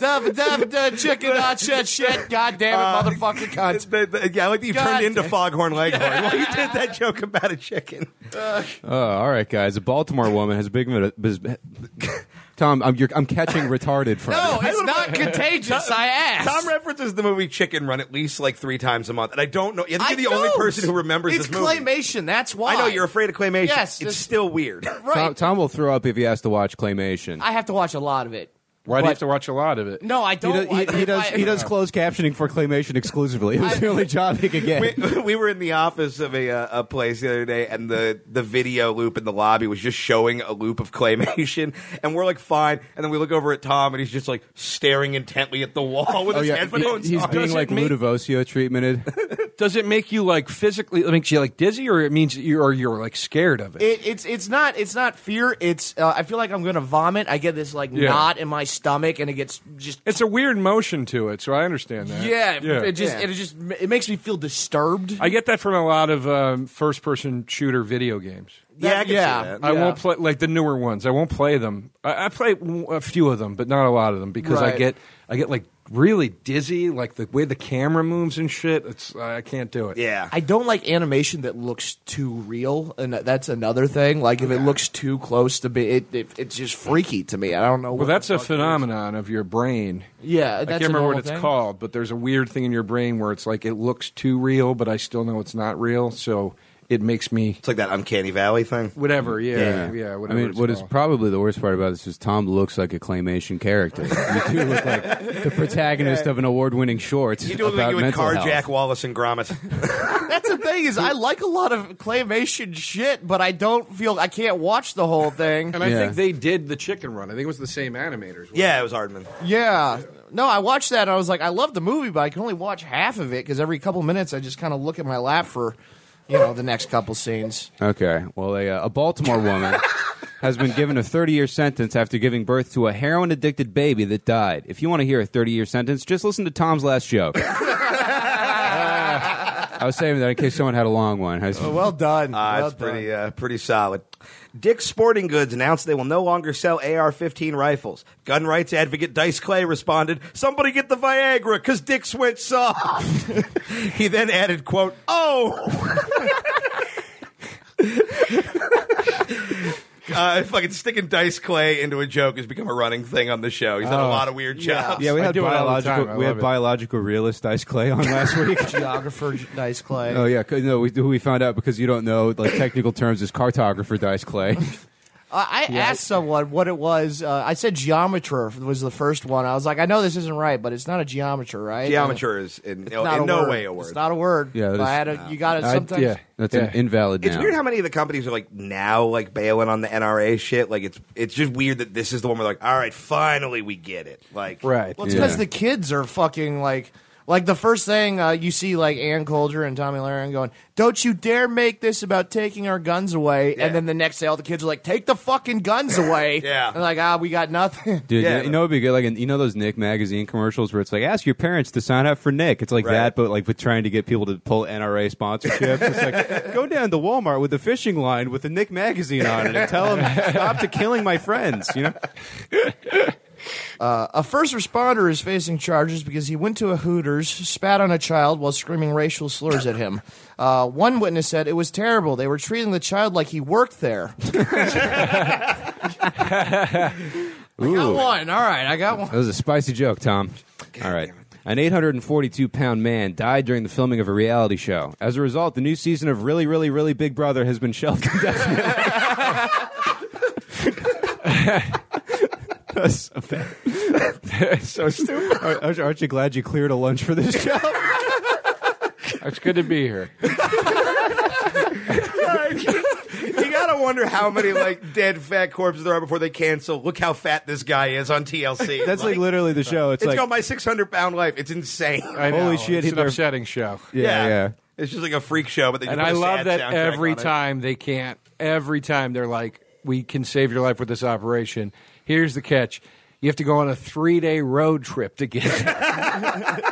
S2: <laughs>
S3: da, da, da, chicken, not shit, shit. God damn
S2: Uh,
S3: it, motherfucking cunt.
S2: The- the- yeah, I like that you
S3: God
S2: turned into
S3: damn.
S2: Foghorn
S3: <laughs>
S2: Leghorn. Well, you did that joke about a chicken.
S1: Uh, all right, guys, a Baltimore woman has a big. mid- bis- Tom, I'm, you're, I'm catching retarded from.
S3: No,
S1: you.
S3: it's not contagious. I asked.
S2: Tom references the movie Chicken Run at least like three times a month, and I don't know. I think
S3: I
S2: you're the only
S3: don't.
S2: person who remembers
S3: it's
S2: this movie.
S3: claymation. That's why.
S2: I know you're afraid of claymation.
S3: Yes,
S2: it's
S3: this-
S2: still weird.
S3: <laughs> right.
S1: Tom, Tom will throw up if he has to watch claymation.
S3: I have to watch a lot of it.
S5: Why do
S3: But-
S5: you have to watch a lot of it?
S3: No, I
S1: He
S3: don't.
S1: does, he,
S3: I-
S1: he does.
S3: I-
S1: He does closed captioning for claymation exclusively. It was the only job he could get.
S2: we, we were in the office of a, uh, a place the other day, and the, the video loop in the lobby was just showing a loop of claymation, <laughs> and we're like, fine. And then we look over at Tom, and he's just like staring intently at the wall with his
S1: Oh, He-
S2: headphones
S1: he's
S2: on.
S1: being
S5: Does it
S1: like
S5: mean-
S1: Ludovocio
S2: <laughs>
S1: treatmented.
S5: Does it make you like physically? It makes you like dizzy, or it means that you or you're like scared of it?
S3: It, it's it's not it's not fear. It's uh, I feel like I'm gonna vomit. I get this like
S5: Yeah.
S3: knot in my stomach, and it gets just
S5: it's a weird motion to it, so I understand that.
S3: yeah. it- It just
S2: Yeah.
S3: it just it makes me feel disturbed.
S5: I get that from a lot of um, first-person shooter video games.
S2: yeah, I can
S3: yeah.
S2: see that.
S5: I won't play like the newer ones. I won't play them. I, I play w- a few of them, but not a lot of them because I
S3: Right.
S5: get I get like really dizzy, like the way the camera moves and shit. It's I can't do it.
S2: Yeah.
S3: I don't like animation that looks too real, and that- that's another thing. Like if it looks too close to be, it, it it's just freaky to me. I don't know.
S5: Well,
S3: what
S5: that's
S3: the
S5: a
S3: fuck it is.
S5: phenomenon of your brain.
S3: Yeah,
S5: I
S3: that's
S5: can't
S3: a
S5: remember what
S3: normal
S5: it's
S3: thing.
S5: called, but there's a weird thing in your brain where it's like it looks too real, but I still know it's not real, so it makes me
S2: It's like that uncanny valley thing.
S5: whatever. Yeah, yeah.
S1: I
S5: whatever
S1: mean,
S5: it's
S1: what is
S5: called.
S1: probably the worst part about this is Tom looks like a claymation character. you do look like
S2: <laughs>
S1: the protagonist of an award-winning short
S2: You do look like
S1: about
S2: you would
S1: mental
S2: carjack
S1: health.
S2: Wallace and Gromit.
S3: That's the thing is, I like a lot of claymation shit, but I don't feel I can't watch the whole thing.
S5: And I
S1: Yeah.
S5: think they did the chicken run. I think it was the same animators.
S2: yeah, it was Hardman.
S3: Yeah. No, I watched that and I was like, I love the movie, but I can only watch half of it because every couple minutes I just kind of look at my lap for, you know, the next couple scenes.
S1: Okay. Well, a, uh, a Baltimore woman
S2: <laughs>
S1: has been given a 30 year sentence after giving birth to a heroin addicted baby that died. If you want to hear a 30 year sentence, just listen to Tom's last joke.
S2: <laughs>
S1: I was saving that in case someone had a long one. I was-
S3: Well done.
S2: Uh,
S3: well
S2: it's pretty, uh, pretty solid. Dick's Sporting Goods announced they will no longer sell AR 15 rifles. Gun rights advocate Dice Clay responded, Somebody get the Viagra, because Dick's went soft. <laughs> he then added, quote, Oh! <laughs> Uh, fucking sticking dice clay into a joke has become a running thing on the show. He's done
S3: Oh.
S2: a lot of weird jobs.
S1: Yeah, we
S5: I
S1: had
S5: do it all the
S1: biological.
S5: time. I
S1: We
S5: love
S1: had
S5: it.
S1: biological realist Dice Clay on
S5: <laughs>
S1: last week.
S3: Geographer Dice Clay.
S1: oh yeah, 'cause, no, we we found out because you don't know like technical terms is cartographer Dice Clay. <laughs>
S3: Uh, I asked someone what it was. Uh, I said geometer was the first one. I was like, I know this isn't right, but it's not a geometer, right?
S2: Geometer is in, no-
S3: Not
S2: in
S3: a
S2: no
S3: word.
S2: way a word.
S3: It's not a word.
S1: Yeah, it
S3: but
S1: is-
S3: I had a, you got it
S5: I-
S3: sometimes.
S5: yeah.
S1: That's an
S5: Yeah.
S1: invalid.
S2: It's
S1: noun.
S2: weird how many of the companies are like now like bailing on the NRA shit. Like it's it's just weird that this is the one we're like, all right, finally we get it. Like
S5: Right.
S3: Well, it's
S1: Yeah.
S3: because the kids are fucking like, like the first thing uh, you see, like Ann Coulter and Tommy Lahren going, "Don't you dare make this about taking our guns away!"
S2: Yeah.
S3: And then the next day, all the kids are like, "Take the fucking guns away!"
S2: <laughs> Yeah.
S3: and like, ah, we got nothing.
S1: Dude,
S2: Yeah,
S1: you know- you know it'd be good like in- you know those Nick magazine commercials where it's like ask your parents to sign up for Nick. It's like
S2: Right.
S1: that, but like with trying to get people to pull NRA sponsorships. it's <laughs> like go down to Walmart with a fishing line with a Nick magazine on it and tell <laughs> them stop to killing my friends. You know,
S3: A first responder is facing charges because he went to a Hooters, spat on a child while screaming racial slurs at him. <laughs> Uh, one witness said it was terrible. They were treating the child like he worked there. I got one. All right, I got one.
S1: that was a spicy joke, Tom. All right. An 842 pound man died during the filming of a reality show. As a result, the new season of Really, Really, Really Big Brother has been shelved <laughs> indefinitely. That's so bad.
S5: so stupid.
S1: Ar- Aren't you- aren't you glad you cleared a lunch for this <laughs> job?
S5: It's good to be here.
S2: <laughs> you gotta wonder how many like dead fat corpses there are before they cancel. Look how fat this guy is on
S5: <laughs>
S2: TLC.
S1: That's like literally the show. It's
S2: it's
S1: like
S2: called my six hundred pound life. It's insane.
S5: <laughs> I know.
S1: Holy shit,
S5: It's
S1: he
S5: an
S1: there-
S5: upsetting show.
S1: yeah,
S2: <laughs>
S1: yeah.
S2: It's just like a freak show, but they
S5: And
S2: just
S5: I
S2: put a
S5: love
S2: sad
S5: that
S2: soundtrack
S5: every
S2: on it.
S5: time they can't, every time they're like, we can save your life with this operation. Here's the catch. You have to go on a three day road trip to get <laughs> it.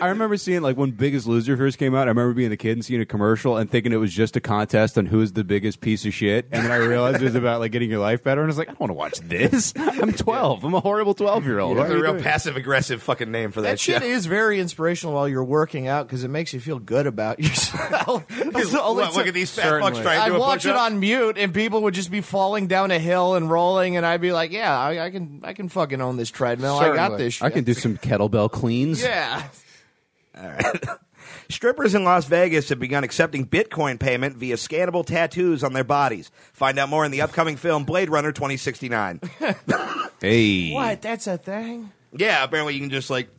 S1: I remember seeing like when Biggest Loser first came out. I remember being a kid and seeing a commercial and thinking it was just a contest on who is the biggest piece of shit. And then I realized it was about like getting your life better. And I was like, I don't want to watch this. <laughs> I'm 12. I'm a horrible 12 year old.
S2: It's a real passive aggressive fucking name for that,
S3: That shit
S2: show.
S3: is very inspirational while you're working out because it makes you feel good about <laughs> yourself. That's the only
S2: Look, look
S3: time-
S2: at these fat
S5: Certainly.
S2: fucks trying to do
S3: I'd
S2: a
S3: watch it
S2: push-up.
S3: on mute, and people would just be falling down a hill and rolling, and I'd be like, "Yeah, I, I can, I can fucking own this treadmill. I got
S5: Certainly.
S3: this. Shit.
S1: I can do some kettlebell cleans.
S3: Yeah,
S2: Strippers in Las Vegas have begun accepting Bitcoin payment via scannable tattoos on their bodies. Find out more in the upcoming film Blade Runner 2069.
S1: Hey.
S3: what? That's a thing.
S2: yeah, apparently you can just like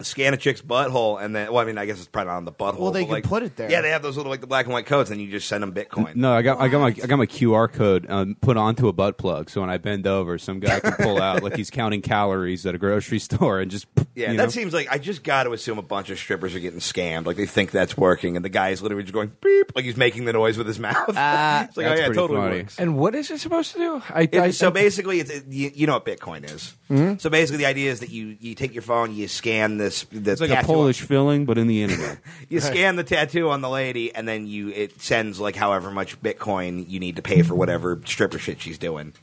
S2: scan a chick's butthole and then, well, I mean, I guess it's probably not on the butthole.
S3: Well, they
S2: but,
S3: can
S2: like-
S3: put it there.
S2: Yeah, they have those little like the black and white codes, and you just send them Bitcoin.
S1: No, I got I got my I got my QR code um, put onto a butt plug, so when I bend over, some guy can pull out like he's counting calories at a grocery <laughs> store and just
S2: Yeah,
S1: you
S2: that
S1: know.
S2: seems like I just got to assume a bunch of strippers are getting scammed. Like they think that's working, and the guy is literally just going beep, like he's making the noise with his mouth. <laughs> it's like, oh
S1: that's
S2: yeah, it
S1: pretty
S2: totally
S1: funny.
S2: works.
S5: and what is it supposed to do? I,
S2: It-
S5: I-
S2: so basically, it's, it, you, you know what Bitcoin is. So basically, the idea is that you, you take your phone, you scan this. The
S1: It's like a
S2: tattoo-
S1: Polish filling, but in the internet.
S2: You scan the tattoo on the lady, and then you it sends like however much Bitcoin you need to pay for whatever stripper shit she's doing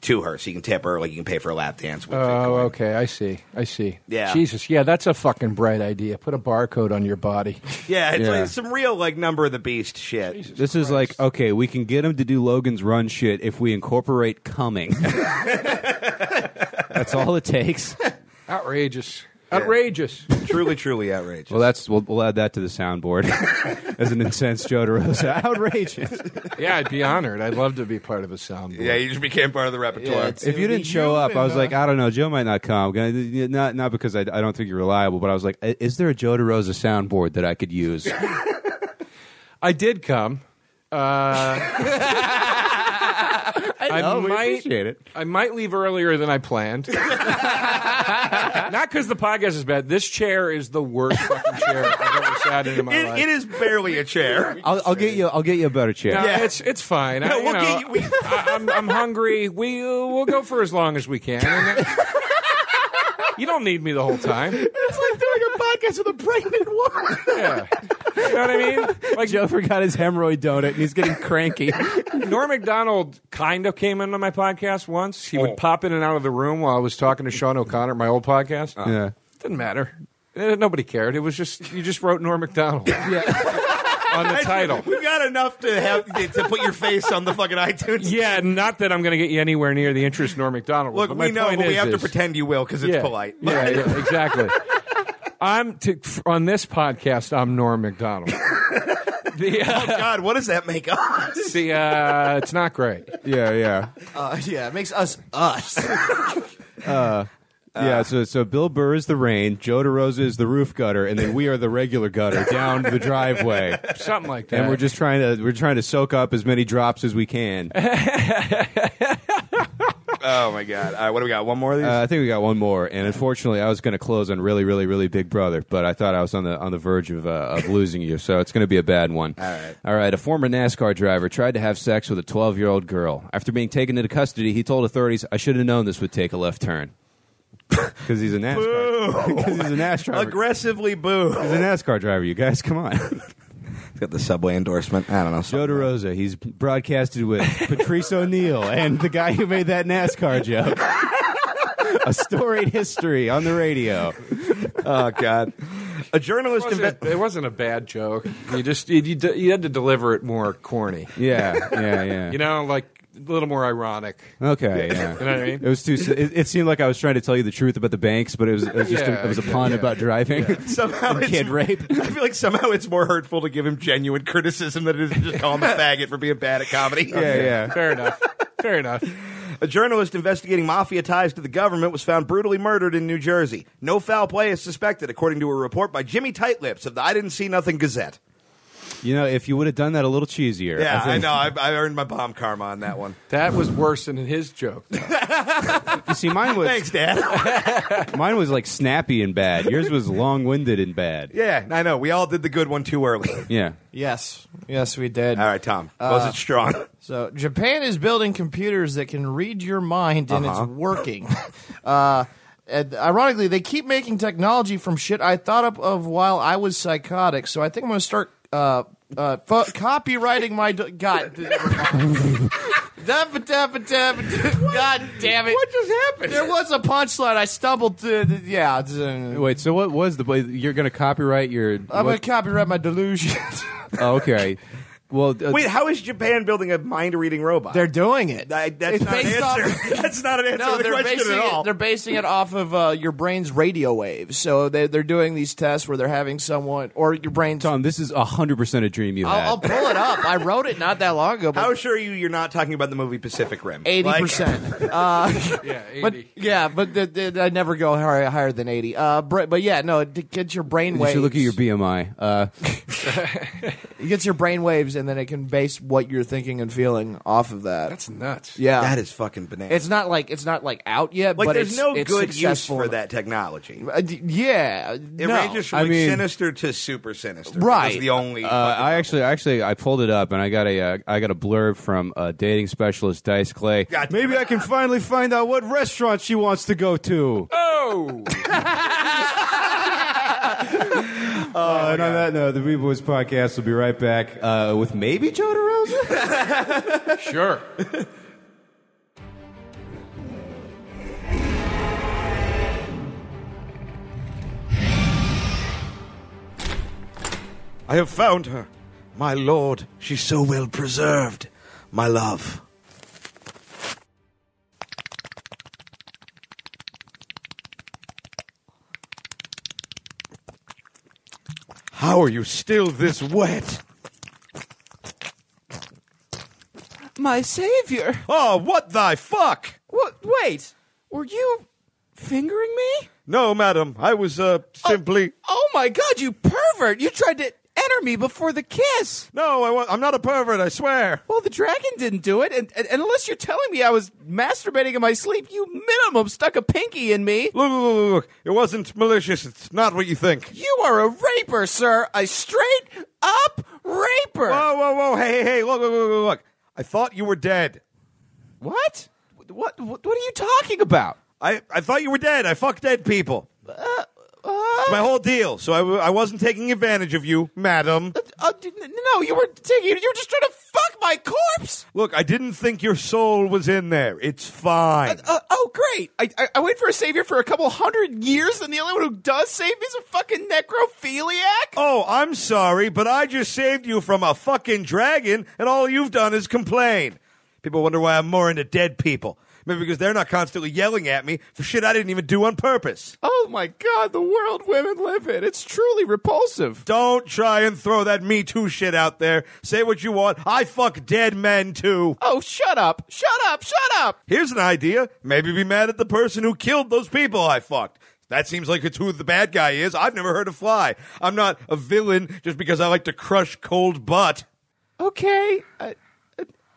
S2: to her, so you can tip her, like you can pay for a lap dance with
S5: Oh,
S2: Bitcoin.
S5: okay. I see. I see.
S2: Yeah.
S5: Jesus. Yeah, that's a fucking bright idea. Put a barcode on
S2: <laughs>
S5: your body.
S2: Yeah, it's
S1: Yeah.
S2: Like some real like number of the beast shit.
S1: This is like okay, we can get him to do Logan's Run shit if we incorporate <laughs> coming. that's all it takes.
S5: Outrageous. Outrageous.
S2: <laughs> truly, truly outrageous.
S1: Well, that's we'll, we'll add that to the soundboard <laughs> as an incensed Joe <laughs> DeRosa. Outrageous!
S5: yeah, I'd be honored. I'd love to be part of a soundboard.
S2: yeah, you just became part of the repertoire.
S3: it's-
S1: If you didn't show up, I was like, I don't know, Joe might not come. Gonna- Not not because I, I don't think you're reliable, but I was like, "I- is there a Joe DeRosa soundboard that I could <laughs> use?
S5: I did come.
S2: <laughs>
S5: Uh, I, might
S1: appreciate it.
S5: I might leave earlier than
S2: <laughs>
S5: I planned. Not because the podcast is bad. This chair is the worst fucking chair I've ever sat in in my
S2: It,
S5: life.
S2: it is barely a chair.
S1: I'll, I'll get you. I'll get you a better chair.
S5: No,
S2: Yeah.
S5: it's it's fine. I,
S2: No,
S5: you
S2: we'll
S5: know,
S2: get you- we-
S5: I, I'm, I'm hungry. We uh, we'll go for as long as
S2: <laughs>
S5: we can. And then- you don't need me the whole time.
S2: <laughs> It's like doing a podcast with a pregnant woman.
S5: Yeah. know what I mean? Like
S1: Joe forgot his hemorrhoid donut, and he's getting cranky.
S5: Norm Macdonald kind of came into my podcast once. He
S2: Oh.
S5: would pop in and out of the room while I was talking to Sean O'Connor, my old podcast.
S1: <laughs>
S2: Uh-huh.
S1: yeah.
S5: Didn't matter. Eh, Nobody cared. It was just you just wrote
S2: <laughs>
S5: Norm Macdonald. on the title.
S2: We've got enough to have to put your face on the fucking iTunes.
S5: Yeah, not that I'm going to get you anywhere near the interest Norm Macdonald. was,
S2: Look,
S5: but my
S2: we know,
S5: point
S2: but we
S5: is
S2: have to
S5: this.
S2: pretend you will because it's
S5: yeah,
S2: polite.
S5: Yeah,
S2: <laughs>
S5: yeah, exactly. I'm to, f- on this podcast. I'm Norm Macdonald. the uh,
S2: God, what does that make us?
S5: the uh, it's not great.
S1: Yeah, yeah.
S3: Uh, yeah, it makes us us.
S1: yeah, so so Bill Burr is the rain, Joe DeRosa is the roof gutter, and then we are the regular gutter down the driveway.
S5: Something like that.
S1: And we're just trying to we're trying to soak up as many drops as we can. Uh,
S2: <laughs> Oh my God! All right, what do we got? One more of these?
S1: I think we got one more, and unfortunately, I was going to close on really, really, really Big Brother, but I thought I was on the on the verge of uh, of losing you, so it's going to be a bad one. All
S2: right.
S1: all right. A former NASCAR driver tried to have sex with a 12 year old girl. After being taken into custody, he told authorities, "I should have known this would take a left turn." <laughs> Because he's a NASCAR, <laughs> because he's a NASCAR
S2: <laughs>
S1: driver.
S2: Aggressively boo.
S1: He's a NASCAR driver, you guys. <laughs> Come on.
S2: got the subway endorsement. I don't know.
S1: Joe DeRosa, he's broadcasted with Patrice O'Neill and the guy who made that NASCAR <laughs> joke. A storied history on the radio.
S2: Oh God! A journalist.
S5: It
S2: Inve-
S5: wasn't, it wasn't a bad joke. You just you, you, d- you had to deliver it more corny.
S1: Yeah, yeah, yeah.
S5: You know, like a little more ironic.
S1: okay,
S5: You
S1: yeah.
S5: know what I mean?
S1: It was too. It, it seemed like I was trying to tell you the truth about the banks, but it was, it was just a,
S5: Yeah,
S1: it was a
S5: yeah,
S1: pun
S5: yeah.
S1: about driving.
S2: somehow
S1: And
S2: it's,
S1: kid rape.
S2: <laughs> I feel like somehow it's more hurtful to give him genuine criticism than it is to just call him a faggot for being bad at <laughs>
S1: <laughs>
S2: comedy.
S1: Yeah, yeah.
S5: Fair enough. Fair enough.
S2: A journalist investigating mafia ties to the government was found brutally murdered in New Jersey. No foul play is suspected, according to a report by Jimmy Tightlips of the I Didn't See Nothing Gazette.
S1: You know, if you would have done that a little cheesier,
S2: Yeah, I,
S1: think
S2: know. I, I earned my bomb karma on that one.
S5: That was worse than his joke.
S1: <laughs> You see, mine <laughs> was
S2: Thanks,
S3: <laughs>
S2: Dad.
S1: mine was like snappy and bad. Yours was long winded and bad.
S2: yeah, I know. We all did the good one too early.
S1: Yeah.
S3: yes, yes, we did.
S2: All right, Tom. Was it strong?
S3: Uh, So Japan is building computers that can read your mind and it's working. <laughs> uh, and ironically, they keep making technology from shit I thought up of while I was psychotic. So I think I'm going to start uh, uh, fo- copywriting my do- God. <laughs> Dabba, dabba, dabba, God damn it! What just happened? There was a punchline. I stumbled to. Yeah, uh,
S1: Wait. So what was the? You're going to copyright your?
S3: I'm going
S1: what-
S3: to copyright my <laughs> delusions.
S1: Oh, okay. Well, uh,
S2: Wait, how is Japan building a mind reading robot?
S3: They're doing it.
S2: I, that's
S3: It's
S2: not an
S3: based off- <laughs>
S2: answer. <laughs> that's not an answer
S3: No,
S2: to the
S3: they're
S2: question
S3: basing,
S2: at all.
S3: It, they're basing it off of uh, your brain's radio waves. So they, they're doing these tests where they're having someone or your brain's. I'll,
S1: Tom, this is hundred percent a dream you had.
S3: I'll pull it up. I wrote it not that long ago.
S2: How
S3: But
S2: sure are you you're not talking about the movie Pacific Rim?
S3: eighty
S2: Like-
S3: percent. Uh,
S5: Yeah, 80.
S3: But yeah, but the, the, I never go higher, higher than eighty. Uh, br- but yeah, no, it gets your brain
S1: you
S3: waves.
S1: should look at your BMI. Uh,
S3: it gets your brain waves, and then it can base what you're thinking and feeling off of that.
S5: that's nuts.
S3: yeah,
S2: That is fucking bananas.
S3: It's not like it's not like out yet,
S2: like
S3: but
S2: there's
S3: it's,
S2: no
S3: it's
S2: good use
S3: successful.
S2: for that technology.
S3: Uh, d- yeah,
S2: It
S3: no.
S2: ranges from
S1: I
S2: like,
S1: mean-
S2: sinister to super sinister.
S3: Right.
S2: That's the only.
S1: uh, I actually, actually, I pulled it up and I got a, uh, I got a blurb from uh, dating specialist Dice Clay.
S2: God damn
S1: Maybe
S2: it.
S1: I can finally find out what restaurant she wants to go to. <laughs>
S5: Oh,
S1: Uh, and on that note, the Beat Boys podcast will be right back uh, with maybe Joe DeRosa.
S5: sure.
S2: I have found her, my lord. She's so well preserved, my love. How are you still this wet?
S7: My savior.
S2: Oh, what thy fuck!
S7: What? Wait. Were you fingering me?
S2: No, madam, I was uh, simply.
S7: Oh my god, you pervert! You tried to enter me before the kiss.
S2: No, I wa- I'm not a pervert, I swear.
S7: Well, the dragon didn't do it, and, and and unless you're telling me I was masturbating in my sleep, you minimum stuck a pinky in me.
S2: Look, look, look, look. It wasn't malicious. It's not what you think.
S7: You are a raper, sir. A straight up raper.
S2: Whoa, whoa, whoa. Hey, hey, hey. Look, look, look, look, look. I thought you were dead.
S7: What? What? What? What are you talking about?
S2: I, I thought you were dead. I fuck dead people. It's my whole deal. So I, w- I wasn't taking advantage of you, madam.
S7: Uh, d- n- no, you were taking. You were just trying to fuck my corpse.
S2: Look, I didn't think your soul was in there. It's fine.
S7: Uh, oh, great! I, I I wait for a savior for a couple hundred years, and the only one who does save me is a fucking necrophiliac.
S2: Oh, I'm sorry, but I just saved you from a fucking dragon, and all you've done is complain. People wonder why I'm more into dead people. Maybe because they're not constantly yelling at me for shit I didn't even do on purpose.
S7: Oh my God! The world women live in. It's truly repulsive.
S2: Don't try and throw that Me Too shit out there. Say what you want. I fuck dead men too.
S7: Oh, shut up! Shut up! Shut up!
S2: Here's an idea. Maybe be mad at the person who killed those people I fucked. That seems like it's who the bad guy is. I've never heard of Fly. I'm not a villain just because I like to crush cold butt.
S7: Okay, I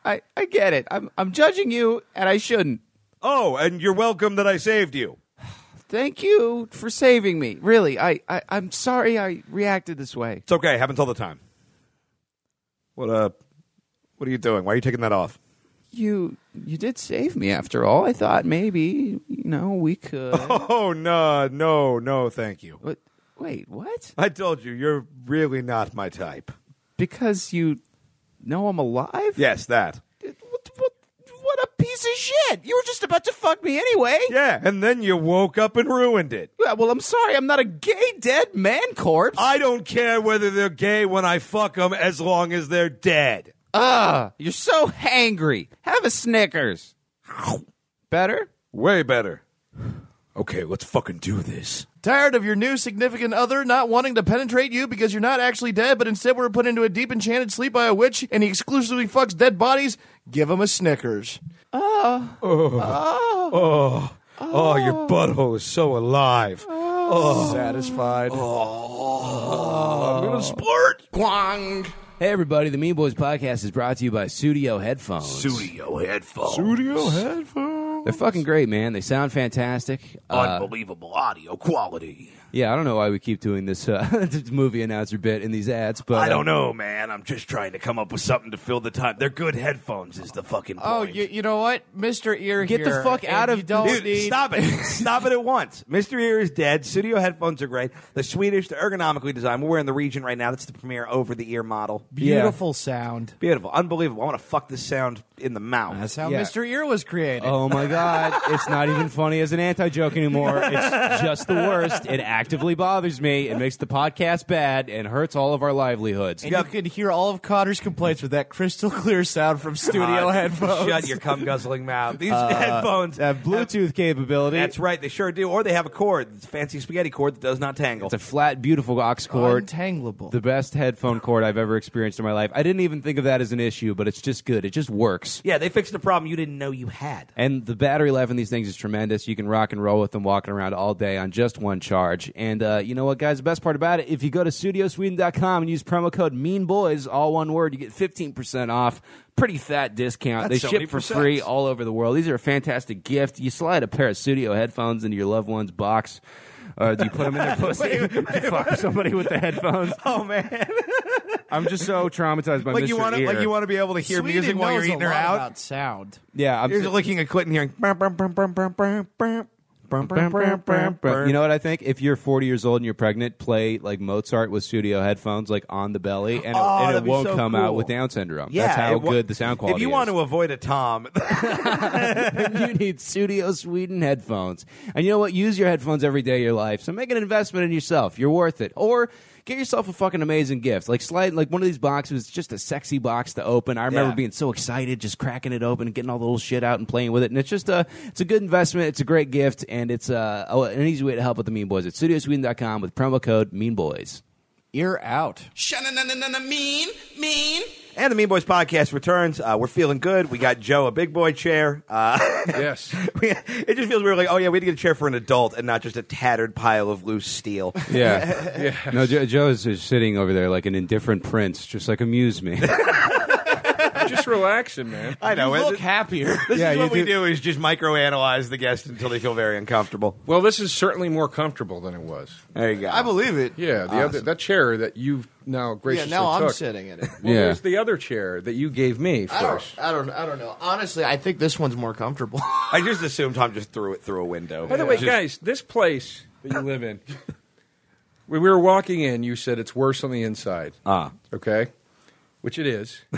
S7: I, I get it. I'm I'm judging you, and I shouldn't.
S2: Oh, and you're welcome that I saved you.
S7: Thank you for saving me. Really, I, I I'm sorry I reacted this way.
S2: It's okay. Happens all the time. What uh? What are you doing? Why are you taking that off?
S7: You you did save me after all. I thought maybe you know we could.
S2: <laughs> Oh no, no, no, thank you.
S7: But wait, what?
S2: I told you, you're really not my type.
S7: Because you know I'm alive?
S2: Yes, that.
S7: What, what, what a piece of shit! You were just about to fuck me anyway.
S2: Yeah, and then you woke up and ruined it.
S7: Yeah, Well, I'm sorry. I'm not a gay dead man corpse.
S3: Ah.
S2: I don't care whether they're gay when I fuck them as long as they're dead.
S3: Ah,
S7: Ugh, you're so hangry. Have a Snickers. Better?
S2: Way better. Okay, let's fucking do this.
S3: Tired of your new significant other not wanting to penetrate you because you're not actually dead, but instead were put into a deep enchanted sleep by a witch and he exclusively fucks dead bodies? Give him a Snickers.
S2: Oh, your butthole is so alive. Oh.
S3: Satisfied.
S2: I'm gonna splurt.
S1: Hey, everybody. The Mean Boys podcast is brought to you by Studio Headphones.
S2: Studio headphones.
S5: Studio headphones.
S1: They're fucking great, man. They sound fantastic. Uh,
S2: Unbelievable audio quality.
S1: yeah, I don't know why we keep doing this, uh, <laughs> this movie announcer bit in these ads, but
S2: I don't
S1: uh,
S2: know, man. I'm just trying to come up with something to fill the time. They're good headphones, is the fucking point.
S3: Oh, you, you know what, Mister Ear?
S1: Get the
S3: here,
S1: fuck
S3: and
S1: out
S3: you
S1: of-
S3: don't
S2: Dude,
S3: need-
S2: stop it. <laughs> stop it at once. Mr. Ear is dead. Studio headphones are great. The Swedish, they're ergonomically designed. We're in the region right now. That's the premier over the ear model.
S3: Beautiful sound.
S2: Beautiful. Unbelievable. I want to fuck this sound in the mouth.
S3: That's how
S1: Yeah.
S3: Mister Ear was created.
S1: Oh my God! It's not even funny as an anti-joke anymore.
S2: <laughs>
S1: It's just the worst. It actively bothers me. It makes the podcast bad and hurts all of our livelihoods.
S3: And you could hear all of Cotter's complaints with that crystal clear
S2: <laughs>
S3: sound from studio
S2: God,
S3: headphones.
S2: Uh, Shut
S3: <laughs>
S2: your cum guzzling <laughs> mouth. These headphones
S1: That uh, Bluetooth capability.
S2: That's right. They sure do. Or they have a cord. It's a fancy spaghetti cord that does not tangle.
S1: It's a flat, beautiful aux cord.
S3: Untangleable.
S1: the best headphone cord I've ever experienced in my life. I didn't even think of that as an issue, but it's just good. It just works.
S2: yeah, they fixed a problem you didn't know you had.
S1: And the battery life on these things is tremendous. You can rock and roll with them walking around all day on just one charge. And uh, you know what, guys? The best part about it, if you go to studiosweden.com and use promo code MEANBOYS, all one word, you get 15% off. Pretty fat discount.
S2: That's
S1: they ship for
S2: 70%.
S1: free all over the world. These are a fantastic gift. You slide a pair of studio headphones into your loved one's box. Uh, do you put them <laughs> in their pussy? Do you fuck somebody with the headphones?
S2: <laughs> Oh <laughs> man!
S1: I'm just so traumatized by
S2: like
S1: Mr.
S2: you want to,
S1: Ear.
S2: like you want to be able to hear
S3: Sweden
S2: music while you're
S3: knows a
S2: eating her
S3: lot
S2: out.
S3: about sound.
S1: yeah, I'm
S2: You're
S1: so-
S2: just licking a clit and hearing.
S1: You know what I think? If you're 40 years old and you're pregnant, play like Mozart with studio headphones, like on the belly, and it,
S2: Oh,
S1: and it
S2: that'd be
S1: won't
S2: so
S1: come
S2: cool.
S1: out with Down syndrome.
S2: Yeah,
S1: That's how
S2: it wa-
S1: good the sound quality
S2: If you want to avoid a tom, <laughs>
S1: is. you need Studio Sweden headphones. And you know what? Use your headphones every day of your life. So make an investment in yourself. You're worth it. Or get yourself a fucking amazing gift. Like slide like one of these boxes, just a sexy box to open. I remember
S2: Yeah.
S1: being so excited, just cracking it open and getting all the little shit out and playing with it. And it's just a it's a good investment. It's a great gift, and it's uh, oh, an easy way to help with the Mean Boys at studiosweden.com with promo code Mean Boys.
S3: Ear out.
S4: mean, mean.
S2: and the Mean Boys podcast returns. Uh, we're feeling good. We got Joe a big boy chair. Uh, <laughs>
S5: Yes.
S2: we- it just feels weird. Like, oh yeah, we had to get a chair for an adult and not just a tattered pile of loose steel.
S1: Yeah, No, Joe, Joe's is sitting over there like an indifferent prince, just like amuse me.
S5: Just relaxing, man.
S2: <laughs> I know.
S3: Look
S2: it-
S3: happier.
S2: This
S1: Yeah,
S2: is what
S1: you
S2: we
S1: do-
S2: do is just microanalyze the guest until they feel very uncomfortable.
S5: Well, this is certainly more comfortable than it was.
S2: There you go.
S3: I believe it.
S5: Yeah, the other that chair that you've now
S3: Yeah,
S5: graciously
S3: now I'm
S5: took.
S3: sitting in it.
S5: Well,
S1: Yeah.
S5: there's the other chair that you gave me
S3: I
S5: first.
S3: don't, I don't. I don't know. Honestly, I think this one's more comfortable. <laughs>
S2: I just assumed Tom just threw it through a window.
S5: By the way,
S2: Just-
S5: guys, this place that you live in <laughs> When we were walking in, you said it's worse on the inside.
S2: Ah.
S5: Okay? Which
S2: <laughs>
S5: it is. <laughs>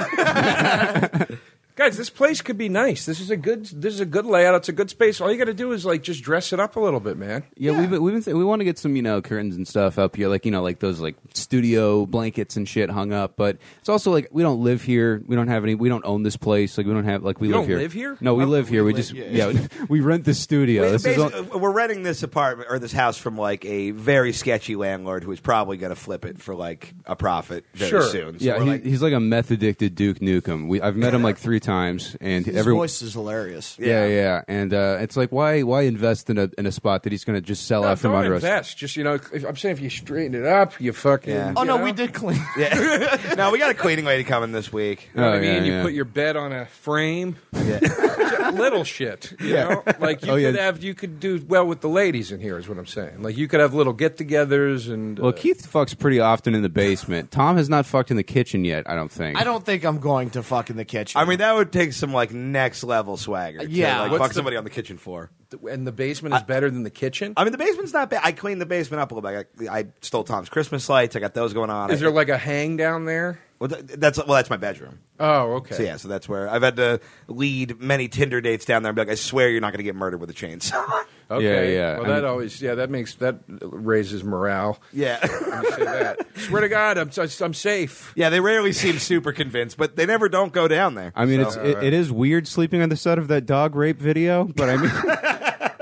S5: Guys, this place could be nice. This is a good this is a good layout. It's a good space. All you got to do is like just dress it up a little bit, man.
S1: Yeah, we've been, we've been th- we want to get some you know curtains and stuff up here, like you know like those like studio blankets and shit hung up. But it's also like we don't live here. We don't have any. We don't own this place. Like we don't have like we
S5: You
S1: live
S5: don't
S1: here.
S5: live here?
S1: No, we
S5: Oh,
S1: live here. We,
S5: we
S1: just
S5: live-
S1: yeah, <laughs> we rent this studio. this is all-
S2: <laughs> Basically, we're renting this apartment or this house from like a very sketchy landlord who is probably going to flip it for like a profit very
S5: Sure.
S2: soon. So
S1: yeah.
S2: we're
S1: he-
S2: like,
S1: he's like a meth addicted Duke Nukem. We, I've met him like three times, and
S3: His
S1: every
S3: voice is hilarious.
S1: yeah, yeah, and uh, it's like why why invest in a in a spot that he's going to just sell out
S5: No,
S1: from
S5: don't
S1: under us?
S5: invest. Just you know, if, I'm saying if you straighten it up, you fucking.
S2: Yeah.
S5: you
S3: Oh no,
S5: know?
S3: we did clean.
S2: yeah. <laughs> no, we got a cleaning lady coming
S1: <laughs>
S2: this week.
S5: You know what
S1: Oh,
S5: I mean,
S1: yeah,
S5: you
S1: yeah.
S5: put your bed on a frame. Just <laughs> little shit. You know? Like you
S1: Oh, yeah.
S5: could have, you could do well with the ladies in here. Is what I'm saying. Like you could have little get-togethers and.
S1: Well,
S5: uh,
S1: Keith fucks pretty often in the basement. Tom has not fucked in the kitchen yet. I don't think.
S3: <laughs> I don't think I'm going to fuck in the kitchen.
S2: I mean, that would take some like next level swagger. to,
S3: Yeah.
S2: like
S3: What's
S2: fuck
S5: the-
S2: somebody on the kitchen floor.
S5: and the basement is better than the kitchen.
S2: I mean, the basement's not bad. I cleaned the basement up a little bit. I, I stole Tom's Christmas lights. I got those going on.
S5: Is
S2: I-
S5: there like a hang down there?
S2: Well, th- that's well, that's my bedroom.
S5: Oh, okay.
S2: So yeah, so that's where I've had to lead many Tinder dates down there and be like, I swear you're not going to get murdered with a chainsaw. <laughs>
S5: Okay.
S1: Yeah, yeah.
S5: Well,
S1: I
S5: that
S1: mean-
S5: always, yeah, that makes that raises morale.
S2: yeah,
S5: You say that. Swear to God, I'm I'm safe.
S2: yeah. They rarely seem super convinced, but they never don't go down there.
S1: I mean,
S2: So- uh,
S1: it's it, it is weird sleeping on the set of that dog rape video, but
S2: <laughs>
S1: I mean,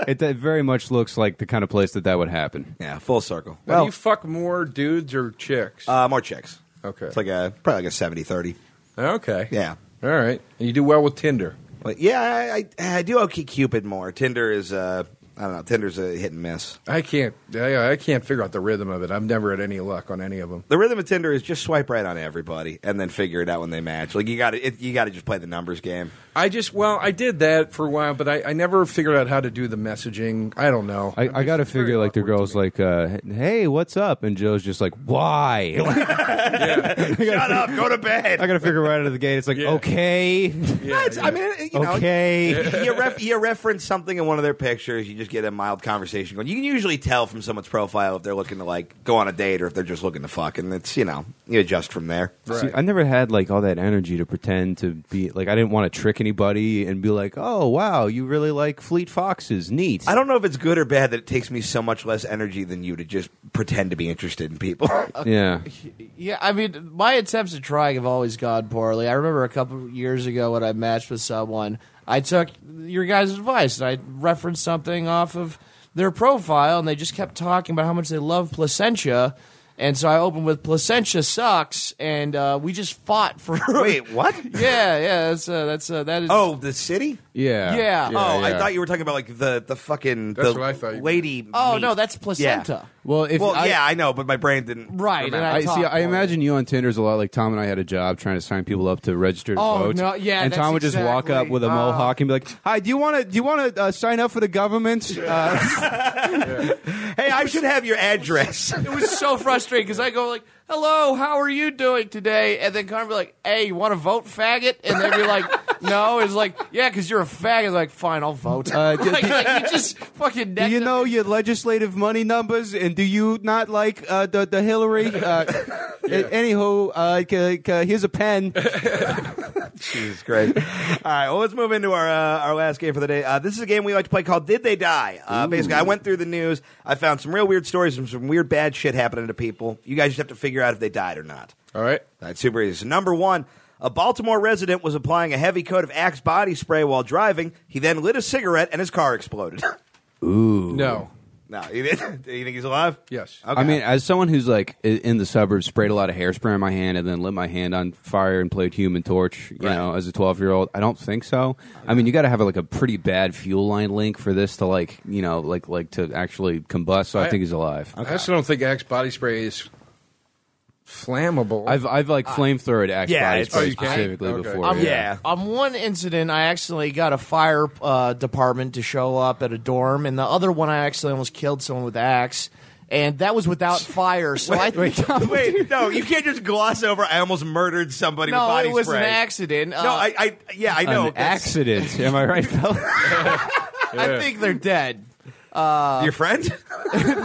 S1: it, that very much looks like the kind of place that that would happen.
S2: yeah, full circle.
S5: Now, do you fuck more dudes or chicks?
S2: Uh, more chicks.
S5: Okay.
S2: It's like a probably like a 70-30.
S5: okay.
S2: Yeah.
S5: All right. And you do well with Tinder.
S2: But yeah, I, I I do okay Cupid more. Tinder is uh I don't know, Tinder's a hit and miss.
S5: I can't. I, I can't figure out the rhythm of it. I've never had any luck on any of them.
S2: The rhythm of Tinder is just swipe right on everybody and then figure it out when they match. Like you got to you got to just play the
S1: <laughs>
S2: numbers game.
S5: I just well, I did that for a while, but I, I never figured out how to do the messaging. I don't know.
S1: I, I got to figure like the girl's like, uh, "Hey, what's up?" and Joe's just like, "Why?" <laughs>
S2: Shut up, go to bed.
S1: I got to figure right out of the gate. It's like, <laughs>
S5: Yeah.
S1: okay,
S2: No, it's- I mean, you know,
S1: okay.
S2: you, ref- you reference something in one of their pictures, you just get a mild conversation going. You can usually tell from someone's profile if they're looking to like go on a date or if they're just looking to fuck, and it's you know you adjust from there.
S1: See, I never had like all that energy to pretend to be like I didn't want to trick anybody and be like, "Oh wow, you really like Fleet Foxes, neat."
S2: I don't know if it's good or bad that it takes me so much less energy than you to just pretend to be interested in people. <laughs>
S1: Yeah,
S3: Yeah, I mean, my attempts at trying have always gone poorly. I remember a couple years ago when I matched with someone, I took your guys' advice and I referenced something off of their profile, and they just kept talking about how much they love Placentia. And so I opened with Placentia sucks, and uh, we just fought for. <laughs>
S2: Wait, what?
S3: yeah, yeah, that's uh, that's uh, that is.
S2: Oh, the city?
S1: yeah,
S3: Yeah.
S2: oh, I
S1: yeah.
S2: thought you were talking about like the the fucking
S5: That's
S2: the
S5: what I thought you were-
S2: lady.
S3: oh
S2: meat.
S3: no, that's placenta.
S1: Well, if
S2: well,
S1: I,
S2: yeah, I know, but my brain didn't.
S3: Right, and
S2: remember.
S3: I
S1: I see.
S3: talk
S1: I
S3: more.
S1: imagine you on Tinder's a lot like Tom and I had a job trying to sign people up to register to
S3: Oh,
S1: vote.
S3: no, yeah,
S1: and
S3: that's
S1: Tom would just walk up
S3: exactly-
S1: with a
S3: uh,
S1: mohawk and be like, "Hi, do you want to do you want to uh, sign up for the government?"
S3: <laughs>
S1: Uh,
S2: hey, I should have your address. <laughs>
S3: It was so frustrating because I go like, "Hello, how are you doing today?" And then Connor be like, "Hey, you want to vote, faggot?" And they'd be like, "No." It's like, "Yeah, because you're a faggot." Like, fine, I'll vote.
S1: Uh, do-
S3: <laughs> like, like, you just fucking.
S1: do you know your legislative money numbers, and do you not like uh, the the Hillary?
S3: <laughs>
S1: Uh, a- Anywho, uh, c- c- here's a pen.
S2: Jesus Christ. All right, well, let's move into our uh, our last game for the day. Uh, this is a game we like to play called Did They Die? Uh, basically, I went through the news. I found some real weird stories and some weird bad shit happening to people. You guys just have to figure out if they died or not.
S5: All right.
S2: That's super easy. So number one, a Baltimore resident was applying a heavy coat of Axe body spray while driving. He then lit a cigarette and his car exploded. <laughs>
S5: No.
S2: no, you, didn't- <laughs> you think he's alive?
S5: Yes.
S1: I mean, as someone who's like i- in the suburbs, sprayed a lot of hairspray on my hand and then lit my hand on fire and played Human Torch, you
S2: Right.
S1: know, as a 12 year old, I don't think so. I mean, you got to have like a pretty bad fuel line link for this to like, you know, like like to actually combust. So I,
S5: I-
S1: think he's alive.
S5: I also don't think Axe body spray is flammable.
S1: I've I've like flamethrowered Axe
S2: yeah,
S1: body
S2: it's-
S1: spray
S5: oh, you can?
S1: specifically
S5: Okay.
S1: before.
S3: Um,
S2: Yeah.
S3: On one incident, I accidentally got a fire uh, department to show up at a dorm, and the other one, I actually almost killed someone with axe, and that was without <laughs> fire. So I think
S2: <laughs> <laughs>
S3: <laughs>
S2: Wait, no, you can't just gloss over. I almost murdered somebody with
S3: no,
S2: body
S3: it was
S2: spray.
S3: an accident. Uh,
S2: No, I, I, yeah, I know.
S1: An
S2: That's-
S1: accident. Am I right, fella?
S3: I think they're dead. <laughs>
S2: Your friend?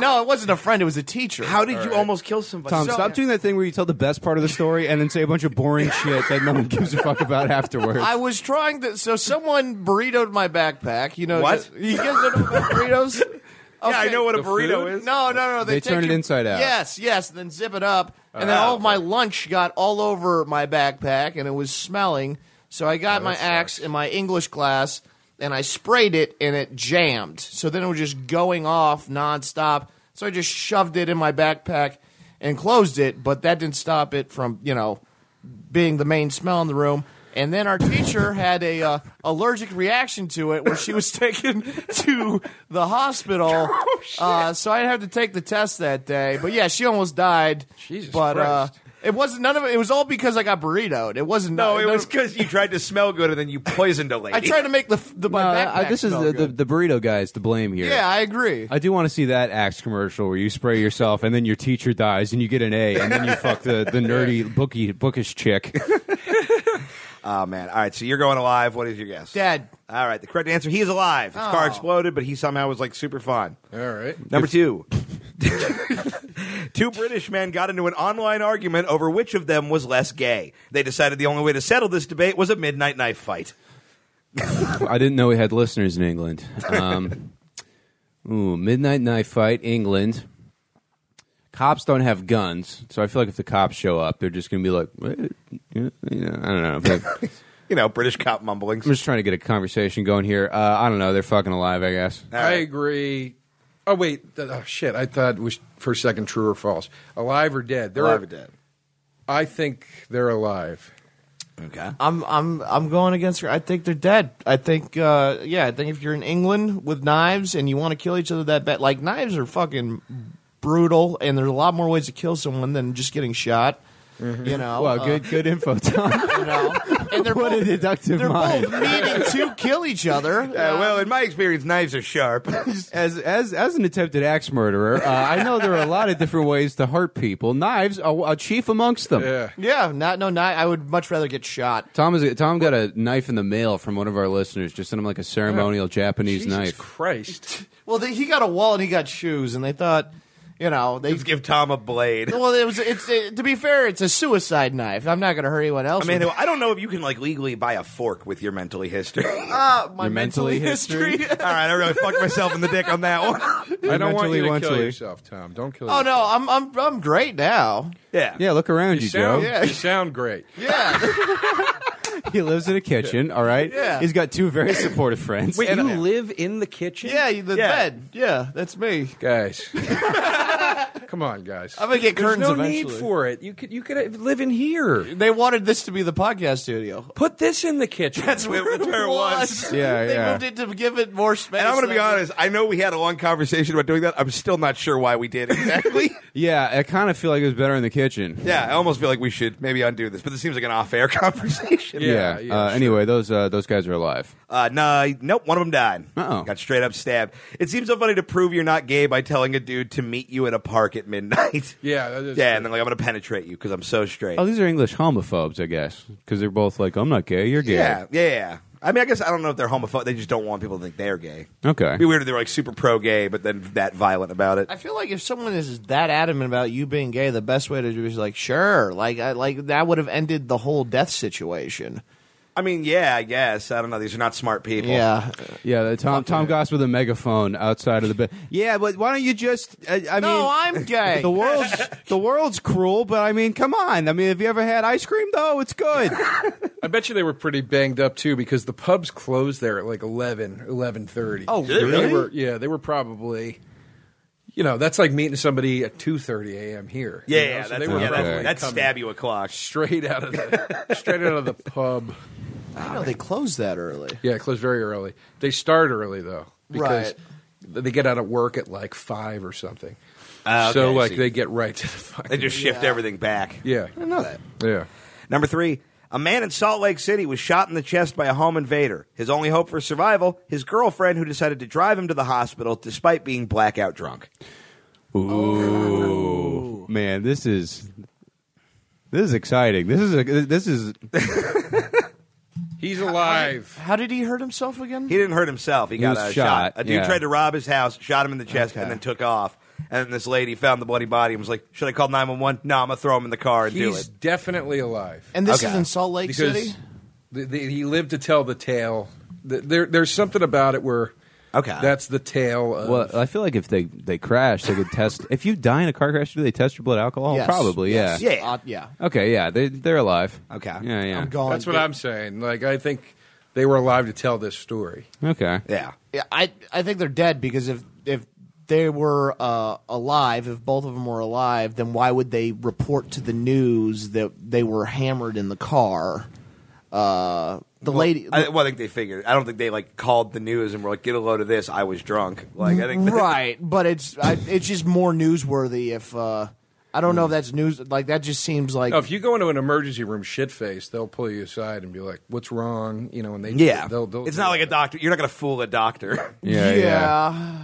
S3: no, it wasn't a friend. It was a teacher.
S2: uh, <laughs> How did you almost kill somebody?
S1: Tom,
S2: So-
S1: Um, stop doing that thing where you tell the best part of the story and then say a bunch of boring shit that no one gives a fuck about afterwards.
S3: I was trying to. So someone burritoed my backpack. You know
S2: What?
S3: You guys don't know about burritos?
S2: <laughs> Yeah, I
S3: Okay.
S2: know what a
S5: The
S2: burrito
S5: food?
S2: is.
S3: No, no, no. They,
S1: They
S3: take
S1: turn it
S3: your-
S1: inside out.
S3: Yes, yes. Then zip it up, and
S2: Ah.
S3: then all of my lunch got all over my backpack, and it was smelling. So
S2: Oh,
S3: I got my axe in my English class, and I sprayed it, and it jammed. So then it was just going off nonstop. So I just shoved it in my backpack and closed it, but that didn't stop it from you know being the main smell in the room. And then our teacher had a uh, allergic reaction to it, where she was <laughs> taken to the hospital. uh, so I had to take the test that day. But yeah, she almost died.
S5: Jesus
S3: but uh,
S5: Christ.
S3: it wasn't none of it. It was all because I got burritoed. It wasn't.
S2: No, it
S3: none-
S2: was because you tried to smell good and then you poisoned a lady.
S3: I tried to make the the my
S1: No,
S3: backpack
S1: I- this is
S3: smell
S1: the, the,
S3: good.
S1: the burrito guys to blame here.
S3: yeah, I agree.
S1: I do want to see that axe commercial where you spray yourself and then your teacher dies and you get an A and then you fuck the, the nerdy bookie bookish chick.
S2: Oh man! All right, so you're going alive. What is your guess?
S3: Dead.
S2: All right, the correct answer. He is alive. His
S3: Oh.
S2: car exploded, but he somehow was like super fine.
S5: All right.
S2: Number two. Two British men got into an online argument over which of them was less gay. They decided the only way to settle this debate was a midnight knife fight.
S1: I didn't know we had listeners in England. Um, ooh, midnight knife fight, England. Cops don't have guns, so I feel like if the cops show up, they're just going to be like, "What?" you know, I don't know. But I'm
S2: You know, British cop mumblings.
S1: just trying to get a conversation going here. Uh, I don't know. They're fucking alive, I guess.
S3: Uh,
S5: I agree. Oh wait, th- oh, shit! I thought it was for a second true or false. Alive or dead? They're
S2: Alive or dead.
S5: I think they're alive.
S2: Okay.
S3: I'm I'm I'm going against her. I think they're dead. I think uh, yeah, I think if you're in England with knives and you want to kill each other that bad, like knives are fucking brutal, and there's a lot more ways to kill someone than just getting shot. You know,
S1: Wow,
S3: uh,
S1: Mm-hmm. good good info, Tom.
S3: You know, and <laughs>
S1: <laughs>
S3: they're
S1: what a
S3: both,
S1: deductive
S3: they're both
S1: mind.
S3: needing to kill
S1: <laughs>
S3: each other.
S2: Uh, well, in my experience, knives are <laughs> sharp.
S1: As as as an attempted axe murderer, uh, I know there are a lot of different ways to hurt people. Knives, a, a chief amongst them.
S5: Yeah.
S3: yeah, not no knife. I would much rather get shot.
S1: Tom is Tom got a knife in the mail from one of our listeners. Just sent him like a ceremonial Japanese
S5: Jesus
S1: knife.
S5: Christ.
S3: Well, they, he got a wall and he got shoes, and they thought, you know, they.
S2: Let's give Tom a blade.
S3: Well, it was. It's it, to be fair, it's a suicide knife. I'm not going to hurt anyone else.
S2: I mean,
S3: with it.
S2: I don't know if you can like legally buy a fork with your mentally history. <laughs> All
S3: Uh, my
S1: Your mentally history?
S2: right, I really fucked myself in the dick on that
S1: <laughs>
S2: one.
S5: I don't want
S1: Mentally
S5: you to
S1: wantly.
S5: kill yourself, Tom. Don't kill.
S3: oh
S5: yourself.
S3: no, I'm I'm I'm great now.
S2: <laughs> Yeah.
S1: Yeah, look around you,
S5: You sound,
S1: Joe.
S5: you sound great.
S3: Yeah,
S1: He lives in a kitchen. All right.
S3: Yeah.
S1: He's got two very supportive friends.
S5: Wait, you live in the kitchen?
S3: <laughs> yeah, the
S2: Yeah.
S3: bed. Yeah, that's me.
S5: <laughs> guys. Come on, guys.
S3: I'm gonna get
S5: There's
S3: curtains
S5: no
S3: eventually.
S5: need for it. You could you could uh, live in here.
S3: They wanted this to be the podcast studio.
S5: Put this in the kitchen.
S2: That's where, that's
S3: <laughs>
S2: where it was.
S1: Yeah,
S3: they
S1: yeah.
S3: moved it to give it more space.
S2: And I'm going to be honest. I know we had a long conversation about doing that. I'm still not sure why we did <laughs> exactly.
S1: Yeah, I kind of feel like it was better in the kitchen.
S2: yeah, I almost feel like we should maybe undo this, but this seems like an off-air <laughs> conversation.
S5: Yeah, yeah,
S1: uh,
S5: sure.
S1: Anyway, those uh, those guys are alive.
S2: Uh, no, nope. One of them died.
S1: Uh-oh.
S2: Got straight up stabbed. It seems so funny to prove you're not gay by telling a dude to meet you at a park
S1: <laughs>
S2: at midnight.
S5: Yeah, that is
S2: yeah,
S5: true.
S2: and then like I'm going to penetrate you because I'm so straight.
S1: Oh, these are English homophobes, I guess, because they're both like, "I'm not gay, you're gay."
S2: yeah, yeah, yeah. I mean, I guess I don't know if they're homophobic. They just don't want people to think they're gay.
S1: Okay.
S2: It'd be weird if they were like super pro-gay, but then that violent about it.
S3: I feel like if someone is that adamant about you being gay, the best way to do it is like, sure, like I, like that would have ended the whole death situation.
S2: I mean, yeah, I guess. I don't know. These are not smart people.
S3: Yeah,
S1: Yeah, the Tom Tom Goss with a megaphone outside of the bed. Yeah, but why don't you just? I, I
S3: no,
S1: mean,
S3: <laughs> I'm gay.
S1: the world's
S2: <laughs>
S1: the world's cruel, but I mean, come on. I mean, have you ever had ice cream though? It's
S2: <laughs>
S1: good.
S5: I bet you they were pretty banged up too because the pubs closed there at like 11, 11.30. Oh,
S2: really?
S5: They were, yeah, they were probably, you know, that's like meeting somebody at 2.30 a.m. here. you
S2: Yeah,
S5: know,
S2: yeah,
S5: so
S2: that's,
S5: they were
S2: yeah,
S5: probably
S2: that's, that's
S5: coming
S2: stab you o'clock.
S5: Straight out of the straight out
S2: <laughs>
S5: of the pub.
S3: I know they closed that early.
S5: Yeah, it closed very early. They start early though because
S3: Right.
S5: they get out of work at like five or something.
S2: Ah, okay,
S5: so
S2: I
S5: like
S2: see.
S5: they get right to the
S2: They
S5: fucking
S2: just shift everything back.
S5: <laughs> yeah
S2: I know that.
S5: yeah.
S2: Number three, a man in Salt Lake City was shot in the chest by a home invader. His only hope for survival, his girlfriend who decided to drive him to the hospital despite being blackout drunk.
S1: Ooh, man, this is this is exciting. This is a this is
S5: He's alive.
S3: How did he hurt himself again?
S2: He didn't hurt himself. He, got
S1: was
S2: a
S1: shot,
S2: shot. A dude
S1: yeah.
S2: tried to rob his house, shot him in the chest, and then took off. And then this lady found the bloody body and was like, "Should I call nine one one? No, I'm gonna throw him in the car and do
S5: He's
S2: it."
S5: definitely alive.
S3: and this
S2: Okay.
S3: is in Salt Lake City.
S5: the, the, he lived to tell the tale. Th there, there's something about it where
S2: Okay. uh,
S5: that's the tale. Of,
S1: Well, I feel like if they they crash, they could test. if you die in a car crash, do they test your blood alcohol?
S3: Yes.
S1: Probably,
S3: Yes.
S1: yeah.
S2: Yeah.
S3: Uh, Oh, yeah.
S1: Okay, yeah, they they're alive.
S2: Okay.
S1: yeah, yeah.
S3: I'm going.
S5: that's what I'm saying. Like I think they were alive to tell this story.
S1: Okay,
S2: Yeah.
S3: Yeah, I I think they're dead because if if they were uh, alive, if both of them were alive, then why would they report to the news that they were hammered in the car? Uh, the lady,
S2: I, well, I think they figured. I don't think they like called the news and were like, "Get a load of this." I was drunk. Like, I think
S3: right? But it's I, it's just more newsworthy if uh, I don't know if that's news. Like that just seems like
S5: Now, if you go into an emergency room shit face, they'll pull you aside and be like, "What's wrong?" You know, and they
S2: <laughs> Yeah.
S5: they'll, they'll
S2: it's not like a doctor. You're not gonna fool a doctor. <laughs>
S1: yeah,
S3: yeah,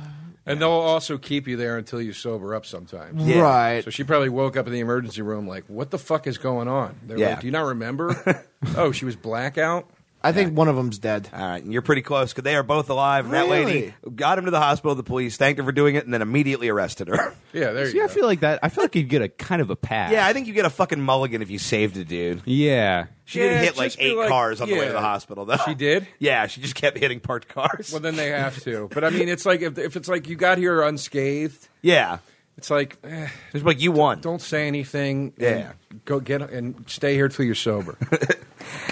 S5: and they'll also keep you there until you sober up sometimes.
S2: Yeah.
S3: right.
S5: So she probably woke up in the emergency room like, "What the fuck is going on?" They're
S2: Yeah.
S5: like, "Do you not
S2: <laughs>
S5: remember? oh, she was blackout."
S3: I think one of them's dead.
S2: All right, and you're pretty close because they are both alive. And That lady got him to the hospital. The police thanked her for doing it, and then immediately arrested
S5: <laughs>
S2: her.
S5: Yeah, there you
S1: See,
S5: go.
S1: I feel like that. I feel like you'd get a kind of a pass.
S2: yeah, I think you get a fucking mulligan if you saved a dude.
S1: Yeah,
S2: She didn't
S5: Yeah,
S2: hit like
S5: just be
S2: eight
S5: like-
S2: cars on the way to
S5: yeah.
S2: the hospital, though.
S5: She did?
S2: <laughs> Yeah, she just kept hitting parked cars.
S5: well, then they have to. But I mean, it's like if, if it's like you got here unscathed,
S2: <laughs> yeah,
S5: it's like eh,
S2: it's like you won.
S5: don't say anything. and
S2: Yeah.
S5: go get and stay here till
S2: <laughs>
S5: you're sober.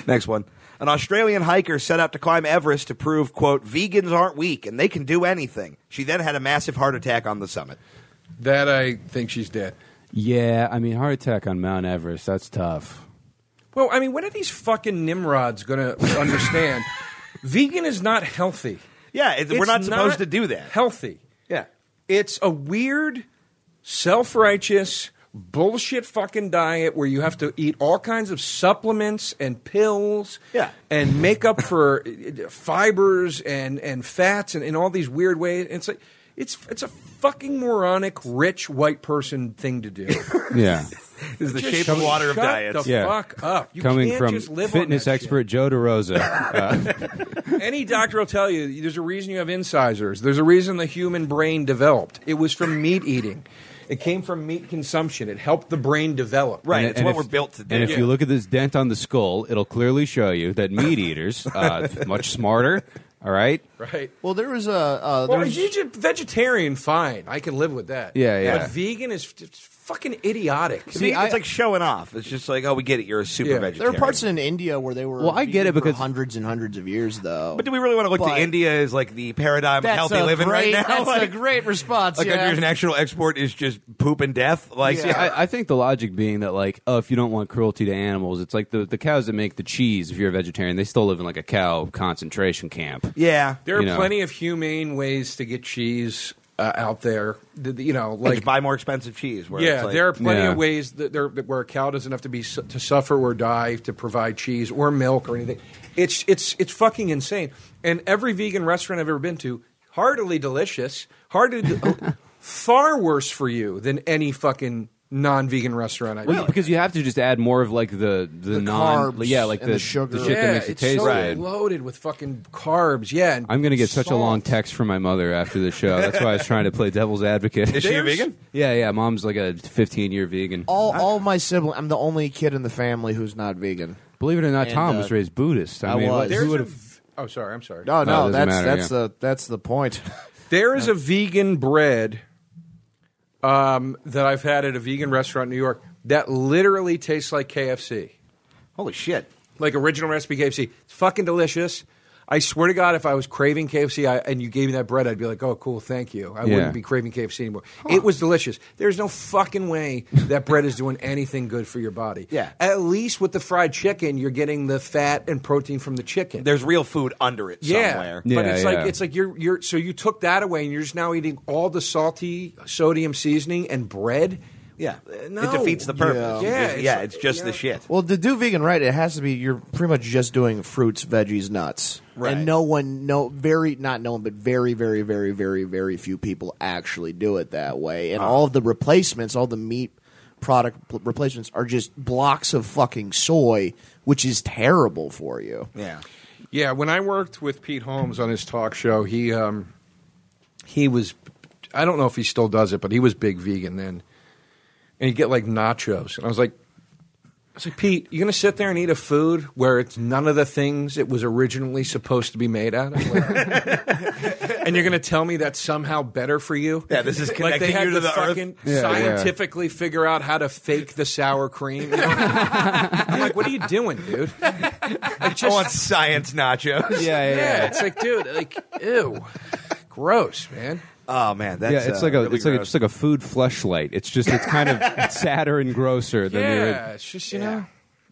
S2: Next one. An Australian hiker set out to climb Everest to prove, quote, vegans aren't weak and they can do anything. She then had a massive heart attack on the summit.
S5: that I think she's dead.
S1: yeah. I mean, heart attack on Mount Everest. That's tough.
S5: Well, I mean, when are these fucking nimrods going to
S2: <laughs>
S5: understand? Vegan is not healthy.
S2: Yeah, it, we're
S5: It's
S2: not supposed to do that.
S5: Healthy.
S2: Yeah.
S5: It's a weird, self righteous, bullshit fucking diet where you have to eat all kinds of supplements and pills
S2: Yeah.
S5: and make up for <laughs> uh, fibers and, and fats and in all these weird ways. It's like, it's, it's a fucking moronic, rich white person thing to do.
S1: Yeah,
S2: <laughs> It's the
S5: Just
S2: shape and water of
S5: shut
S2: diets.
S5: The
S1: Yeah.
S5: fuck up. You
S1: coming
S5: can't
S1: from
S5: just live on
S1: fitness
S5: that shit.
S1: expert Joe DeRosa. Uh,
S5: Any doctor will tell you there's a reason you have incisors. There's a reason the human brain developed. It was from meat eating. It came from meat consumption. It helped the brain develop.
S2: Right,
S1: and-
S2: it's
S1: and
S2: what
S1: if-
S2: we're built to do.
S1: And if you look at this dent on the skull, it'll clearly show you that meat eaters uh, much smarter. All right.
S5: Right.
S3: Well, there was a uh, there
S5: Well,
S3: was,
S5: if you're just vegetarian, fine. I can live with that.
S1: Yeah, yeah.
S5: But vegan is f- fucking idiotic.
S2: See, it's like showing off. It's just like, oh, we get it. You're a super
S5: Yeah.
S2: vegetarian.
S3: there are parts in India where they were.
S1: Well, I get
S3: vegan
S1: it
S3: for
S1: because-
S3: hundreds and hundreds of years though.
S2: but do we really want to look
S3: But-
S2: to India as like the paradigm of healthy
S3: a
S2: living
S3: great-
S2: right now?
S3: That's
S2: like,
S3: a great response.
S2: like
S3: yeah.
S2: our national export is just poop and death. Like,
S1: See, I, I think the logic being that, like, oh, if you don't want cruelty to animals, it's like the, the cows that make the cheese, if you're a vegetarian, they still live in, like, a cow concentration camp.
S2: yeah.
S5: there are
S1: you know.
S5: plenty of humane ways to get cheese uh, out there. The- the- You know,
S2: Like,
S5: like
S2: just buy more expensive cheese. Where
S5: Yeah,
S2: it's like,
S5: there are plenty
S1: Yeah.
S5: of ways that there that where a cow doesn't have to be su- to suffer or die to provide cheese or milk or anything. It's it's it's fucking insane. And every vegan restaurant I've ever been to, heartily delicious, heartily oh,
S1: <laughs>
S5: far worse for you than any fucking non-vegan restaurant I've
S1: Well,
S5: been.
S1: because you have to just add more of, like, the, the,
S3: The
S1: non.
S3: carbs
S1: yeah, like,
S3: and the sugar.
S1: shit
S5: yeah,
S1: that makes it
S5: it's
S1: taste
S5: so
S1: good.
S5: loaded with fucking carbs. Yeah, and
S1: I'm going to get such a
S5: salt.
S1: long text from my mother after the show. That's why I was trying to play devil's advocate.
S2: Is she a
S5: There's-
S2: vegan?
S1: yeah, yeah. Mom's, like, a 15 year vegan.
S3: all all my siblings. I'm the only kid in the family who's not vegan.
S1: Believe it or not,
S3: And,
S1: Tom
S3: uh,
S1: was raised Buddhist. I,
S3: I
S1: mean,
S3: was.
S1: what-
S5: There's
S1: who
S5: a
S1: would've-
S5: v- oh, sorry, I'm sorry.
S3: No, no,
S1: doesn't
S3: that's
S1: matter,
S3: that's
S1: yeah.
S3: the that's the point.
S5: There is a vegan bread um, that I've had at a vegan restaurant in New York that literally tastes like KFC,
S2: holy shit.
S5: like original recipe KFC. It's fucking delicious. I swear to God, if I was craving KFC I, and you gave me that bread, I'd be like, "Oh, cool, thank you." I
S1: Yeah.
S5: wouldn't be craving KFC anymore. It was delicious. There's no fucking way that bread is doing anything good for your body.
S2: Yeah.
S5: At least with the fried chicken, you're getting the fat and protein from the chicken
S2: There's real food under it somewhere.
S5: but
S1: Yeah,
S5: it's
S1: yeah.
S5: like it's like you're you're so you took that away and you're just now eating all the salty sodium seasoning and bread.
S2: Yeah,
S5: Uh, no.
S2: it defeats the purpose.
S5: Yeah.
S2: Yeah,
S5: Yeah,
S2: it's,
S5: it's
S2: yeah,
S5: like-
S2: it's just the
S5: yeah.
S2: shit.
S3: well, to do vegan right, it has to be you're pretty much just doing fruits, veggies, nuts,
S2: Right.
S3: and no one, no very not no one, but very, very, very, very, very few people actually do it that way. And all of the replacements, all the meat product pl- replacements are just blocks of fucking soy, which is terrible for you.
S2: Yeah.
S5: Yeah, when I worked with Pete Holmes on his talk show, he um, he was I don't know if he still does it, but he was big vegan then. And he'd get like nachos. And I was like I was like, Pete, you're gonna sit there and eat a food where it's none of the things it was originally supposed to be made out of? <laughs> and you're gonna tell me that's somehow better for you?
S2: Yeah, this is
S5: like they
S2: connecting
S5: had
S2: you to
S5: to
S2: the earth.
S5: fucking scientifically figure out how to fake the sour cream. <laughs> I'm like, what are you doing,
S2: <laughs>
S5: dude? I
S2: I want science nachos.
S1: yeah,
S5: yeah, it's like, dude, like, ew, gross, man.
S2: Oh man, that's
S1: yeah, it's
S2: uh,
S1: like a
S2: really
S1: it's like a,
S2: gross.
S1: just like a food fleshlight. It's just it's kind of sadder and grosser than
S5: Yeah, it's just you know,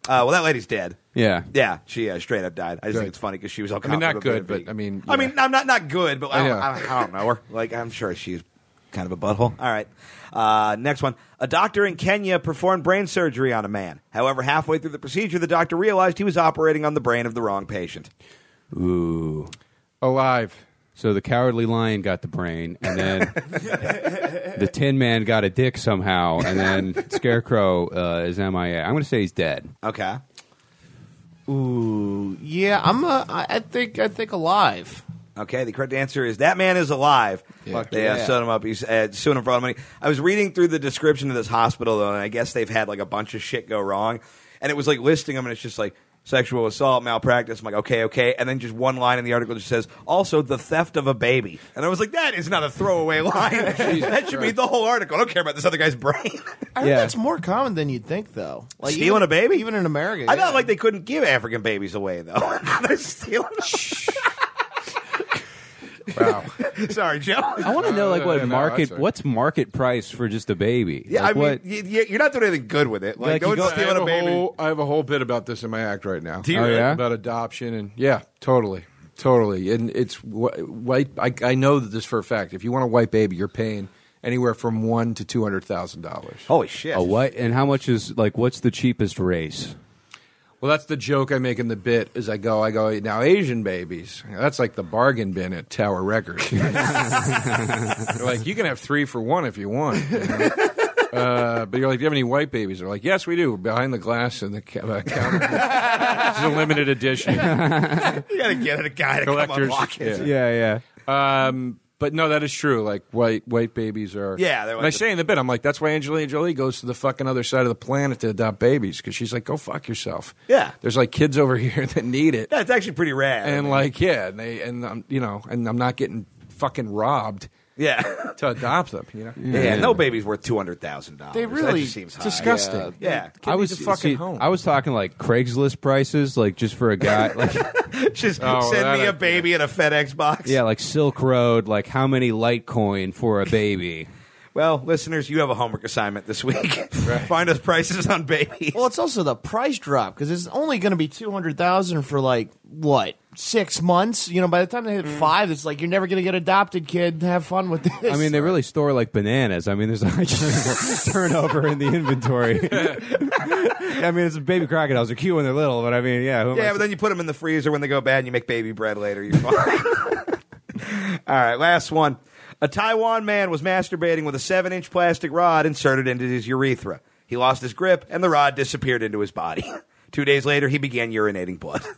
S2: uh, well, that lady's dead.
S1: the yeah
S2: Yeah, she uh, straight up died. I just
S5: Good.
S2: think it's funny because she was all.
S5: I mean, not
S2: complimented
S5: good,
S2: by
S5: but
S2: being-
S5: I mean,
S2: I mean, I'm not not good, but I don't,
S5: Yeah.
S2: I, don't- I don't know
S5: <laughs>
S2: her. Like, I'm sure she's kind of a butthole. All right, uh, next one. A doctor in Kenya performed brain surgery on a man. However, halfway through the procedure, the doctor realized he was operating on the brain of the wrong patient.
S1: Ooh.
S5: alive.
S1: So the cowardly lion got the brain, and then
S3: <laughs>
S1: the Tin Man got a dick somehow, and then Scarecrow uh, is MIA. I'm going to say he's dead.
S2: Okay,
S3: Ooh, yeah, I'm a. I I think I think alive.
S2: okay. The correct answer is that man is alive.
S3: Fuck
S2: they
S3: yeah.
S2: Uh, sewed him up. He's uh, suing him for all the money. I was reading through the description of this hospital though, and I guess they've had like a bunch of shit go wrong, and it was like listing them, and it's just like. Sexual assault, malpractice. I'm like, okay, okay, and then just one line in the article just says, "Also, the theft of a baby," and I was like, "That is not a throwaway line. <laughs> that should be the whole article. I don't care about this other guy's brain."
S3: I heard
S1: Yeah.
S3: that's more common than you'd think, though. Like
S2: Stealing
S3: even-
S2: a baby?
S3: even in America.
S2: I
S3: yeah.
S2: felt like they couldn't give African babies away though. <laughs> They're stealing.
S3: <laughs>
S5: Wow,
S2: them. Sorry, Joe.
S1: I want to know
S5: <laughs>
S1: like what
S5: No, no,
S1: market
S5: that's right.
S1: what's market price for just a baby?
S2: Yeah,
S1: Like,
S2: I mean,
S1: what-
S2: y- y- you're not doing anything good with it. Like,
S1: Like,
S2: no
S1: you
S2: one's
S1: go-
S5: I have,
S2: stealing a
S5: a
S2: baby.
S5: whole, I have a whole bit about this in my act right now. Uh,
S1: you Oh, really? yeah?
S5: about adoption and yeah, totally, totally. And it's wh- white. I, I know this for a fact. If you want a white baby, you're paying anywhere from one to two hundred thousand dollars.
S2: Holy shit!
S1: a what? And how much is like what's the cheapest race?
S5: Well, that's the joke I make in the bit as I go. I go now Asian babies. That's like the bargain bin at Tower Records. <laughs> They're like you can have three for one if you want. <laughs> you know? Uh, but you're like, do you have any white babies? They're like, yes, we do. Behind the glass in the ca- uh, counter. it's a limited edition.
S2: You gotta get a guy to come
S5: Collectors.
S2: unlock it.
S5: Yeah.
S1: yeah.
S5: Um, but no, that is true. Like white white babies are.
S2: Yeah, they're
S5: And
S2: like
S5: I
S2: the-
S5: say in the bit, I'm like, that's why Angelina Jolie goes to the fucking other side of the planet to adopt babies because she's like, go fuck yourself.
S2: Yeah.
S5: There's like kids over <laughs> here that need it.
S2: That's actually pretty rad. I
S5: and
S2: mean,
S5: like yeah, and they and I'm you know, and I'm not getting fucking robbed <laughs>
S2: yeah.
S5: to adopt them. You know,
S2: yeah, no baby's worth two hundred thousand dollars.
S3: They
S2: that
S3: really-
S2: just seems high.
S5: disgusting.
S3: Yeah.
S2: Yeah,
S5: Get
S1: I
S5: me
S1: was
S5: the fucking
S1: see,
S5: home.
S1: I was talking like Craigslist prices, like just for a
S2: <laughs>
S1: guy, like
S2: just
S5: Oh, well,
S2: send
S5: that
S2: me
S5: I-
S2: a baby in a FedEx box.
S1: yeah, like Silk Road, like how many Litecoin for a baby?
S2: Well, listeners, you have a homework assignment this
S5: <laughs>
S2: week. Find us prices on babies.
S3: Well, it's also the price drop because it's only going to be two hundred thousand for like what six months. You know, by the time they hit
S2: Mm.
S3: five, it's like you're never going to get adopted, kid. Have fun with this.
S1: I mean, they really store like bananas. I mean, there's like <laughs> turnover in the inventory. <laughs> I mean, it's baby crocodiles. They're cute when they're little, but I mean, yeah. Who am I
S2: yeah, but
S1: s-
S2: then you put them in the freezer when they go bad, and you make baby bread later. You're fine. <laughs> All right, last one. A Taiwan man was masturbating with a seven-inch plastic rod inserted into his urethra. He lost his grip, and the rod disappeared into his body. <laughs> Two days later, he began urinating blood. <laughs>